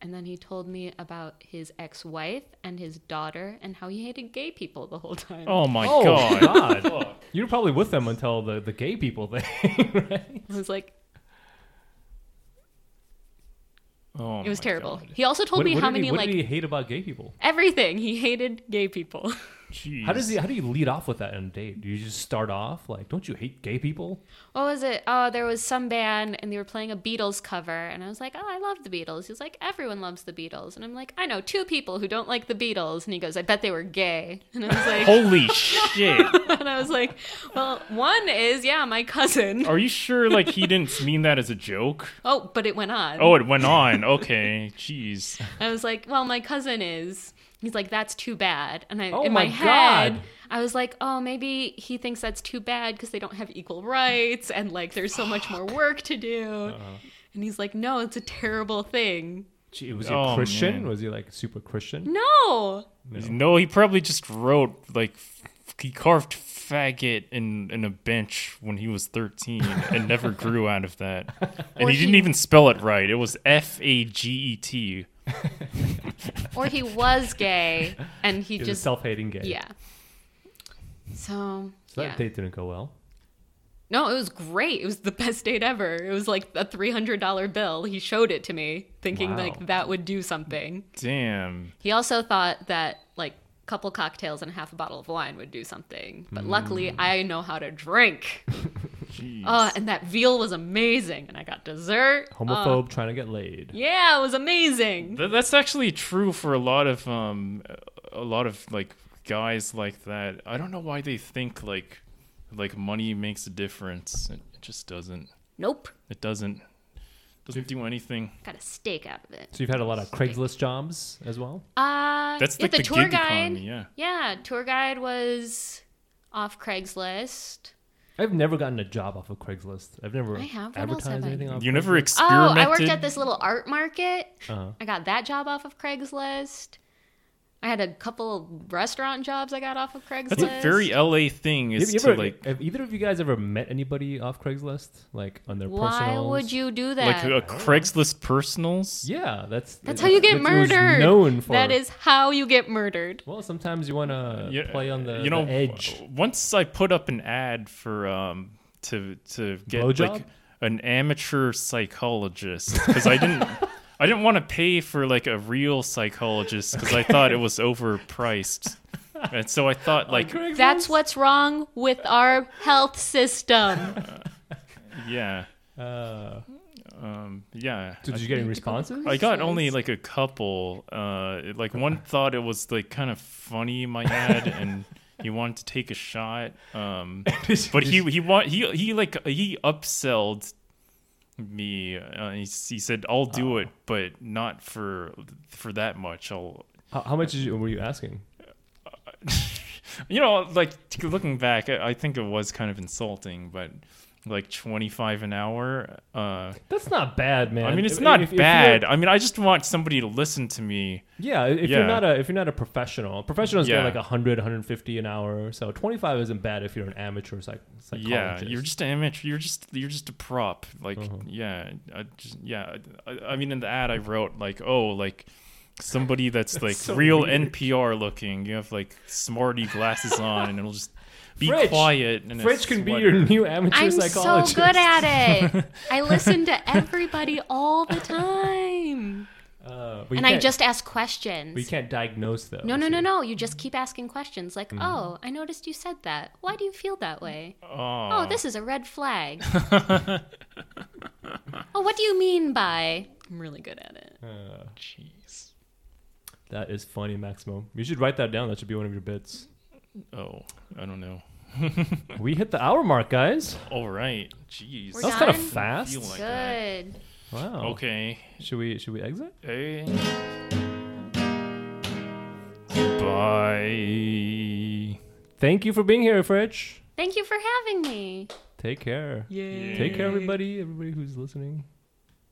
C: and then he told me about his ex-wife and his daughter and how he hated gay people the whole time.
A: Oh my
B: oh
A: god.
C: [laughs]
B: God!
A: [laughs]
B: you were probably with them until the, the gay people thing, right?
C: I was like,
A: Oh
C: it was
A: my
C: terrible.
A: God.
C: He also told
B: what
C: me
B: what
C: how
B: did
C: many
B: he, what
C: like
B: did he hate about gay people?
C: Everything. He hated gay people. [laughs]
A: Jeez.
B: How does he? How do you lead off with that on a date? Do you just start off like, "Don't you hate gay people?"
C: What was it? Oh, there was some band and they were playing a Beatles cover. And I was like, oh, I love the Beatles. He was like, everyone loves the Beatles. And I'm like, I know two people who don't like the Beatles. And he goes, I bet they were gay. [laughs] And I was like,
A: Holy shit.
C: and I was like, well, one is, yeah,
A: [laughs]
C: my cousin.
A: Are you sure like he didn't mean that as a joke?
C: Oh, but it went on.
A: Oh, it went on. Okay. Jeez.
B: [laughs]
C: I was like, well, my cousin is. He's like, that's too bad. And I,
B: Oh
C: in
B: my
C: my, head,
B: God.
C: I was like, oh, maybe he thinks that's too bad because they don't have equal rights and like there's so much more work to do.
B: Uh-huh.
C: And he's like, no, it's a terrible thing.
B: Gee, was he
A: Oh,
B: a Christian?
A: man.
B: Was he like super
C: Mm,
B: Christian?
C: No.
A: No, he probably just wrote like f- he carved faggot in in a bench when he was 13 and
B: [laughs]
A: never grew out of that. And
C: Or
A: he didn't
C: he-
A: even spell it right. It was F A G E T.
C: Or he was gay and he
B: He was a
C: just,
B: self-hating gay.
C: yeah. So,
B: So that
C: yeah.
B: date didn't go well.
C: no, it was great. It was the [laughs] best date ever. It was like a $300 bill. He showed it to me thinking
B: Wow.
C: like that would do something.
A: Damn.
C: He also thought that like a couple cocktails and a half a bottle of wine would do something.
A: Mm.
C: But luckily, I know how to drink.
A: Jeez.
C: Oh, and that veal was amazing, and I got dessert. Oh,
B: Homophobe trying to get laid.
C: yeah, it was amazing.
A: Th- that's actually true for a lot of um a lot of like guys like that. I don't know why they think like like money makes a difference. It it just doesn't.
C: Nope,
A: It doesn't. Doesn't do anything.
C: got a steak out of it.
B: So you've had a lot of Craigslist jobs as well.
C: Uh,
A: That's
C: yeah,
A: like
C: the,
A: the
C: tour
A: gig
C: guide.
A: economy, yeah.
C: yeah, tour guide was off Craigslist.
B: I've never gotten a job off of Craigslist. I've never
C: I have. What else have
B: advertised
C: I
B: anything.
C: done?
B: off
A: You never
B: Craigslist.
A: experimented.
C: Oh, I worked at this little art market.
B: Uh-huh.
C: I got that job off of Craigslist. I had a couple restaurant jobs I got off of Craigslist.
A: That's a very LA thing.
B: Have,
A: Is
B: you
A: to
B: ever,
A: like
B: have either of you guys ever met anybody off Craigslist, like on their
C: Why
B: personals?
C: would you do
A: like
C: that?
B: uh,
A: a Craigslist personals.
B: Yeah, that's
C: That's how you get
B: it was
C: murdered.
B: Known for
C: That is how you get murdered.
B: Well, sometimes you want to
A: Yeah,
B: play on the,
A: you know
B: the edge.
A: w- Once I put up an ad for um to to get
B: Blowjob?
A: like an amateur psychologist because I didn't. [laughs] I didn't want to pay for like a real psychologist because I thought it was overpriced, and so I thought
B: Oh,
A: like,
C: That's what's wrong with our
B: [laughs]
C: health system.
A: yeah,
B: Uh,
A: um, yeah.
B: did
A: I-
B: you get any responses?
A: I got only like a couple. Uh, it- like one thought it was like kind of funny in my head, and he wanted to take a shot. Um, [laughs] but he he want he he like he upselled me. Uh, he, s- he said I'll
B: Oh.
A: do it, but not for for that much. I'll
B: how, how much did you, were you asking?
A: you know like t- looking back, I, I think it was kind of insulting, but like twenty five an hour. Uh,
B: That's not bad, man.
A: I mean, it's
B: If-
A: not
B: if- if you're-
A: bad. I mean, I just want somebody to listen to me.
B: yeah, if
A: Yeah.
B: you're not a if you're not a professional, a professionals
A: Yeah.
B: get like 100, 150 an hour. So twenty five isn't bad if you're an amateur psych, psychologist.
A: yeah you're just an amateur you're just you're just a prop like
B: Uh-huh.
A: yeah I just, yeah I, I mean in the ad i wrote like oh like somebody
B: [laughs]
A: that's, like
B: so
A: real
B: weird.
A: npr looking you have like smarty
B: [laughs]
A: glasses on and it'll just be
B: Fridge.
A: quiet and a
B: French can be
A: sweater.
B: your new amateur
C: I'm so
B: psychologist.
C: good at it. I listen to everybody all the time.
B: [laughs] Uh,
C: And I just ask questions.
B: we can't diagnose though.
C: No, no,
B: so-
C: no, no. You just keep asking questions like,
B: Mm-hmm.
C: oh, I noticed you said that. Why do you feel that way?
A: oh,
C: Oh, this is a
B: [laughs]
C: red flag. oh, what do you mean by? I'm really good at it.
B: Uh,
A: jeez
B: that is funny, Maximo. You should write that down. That should be one of your bits.
A: oh i don't know
B: we hit the hour mark, guys.
A: all right jeez
B: That was
C: We're
B: kind of
C: done?
B: fast.
A: Feel like that.
C: Good.
B: Wow.
A: okay
B: Should we should we exit?
A: Hey. bye
B: Thank you for being here, Fridge.
C: Thank you for having me.
B: Take care.
C: Yay.
B: Take care, everybody. Everybody who's listening.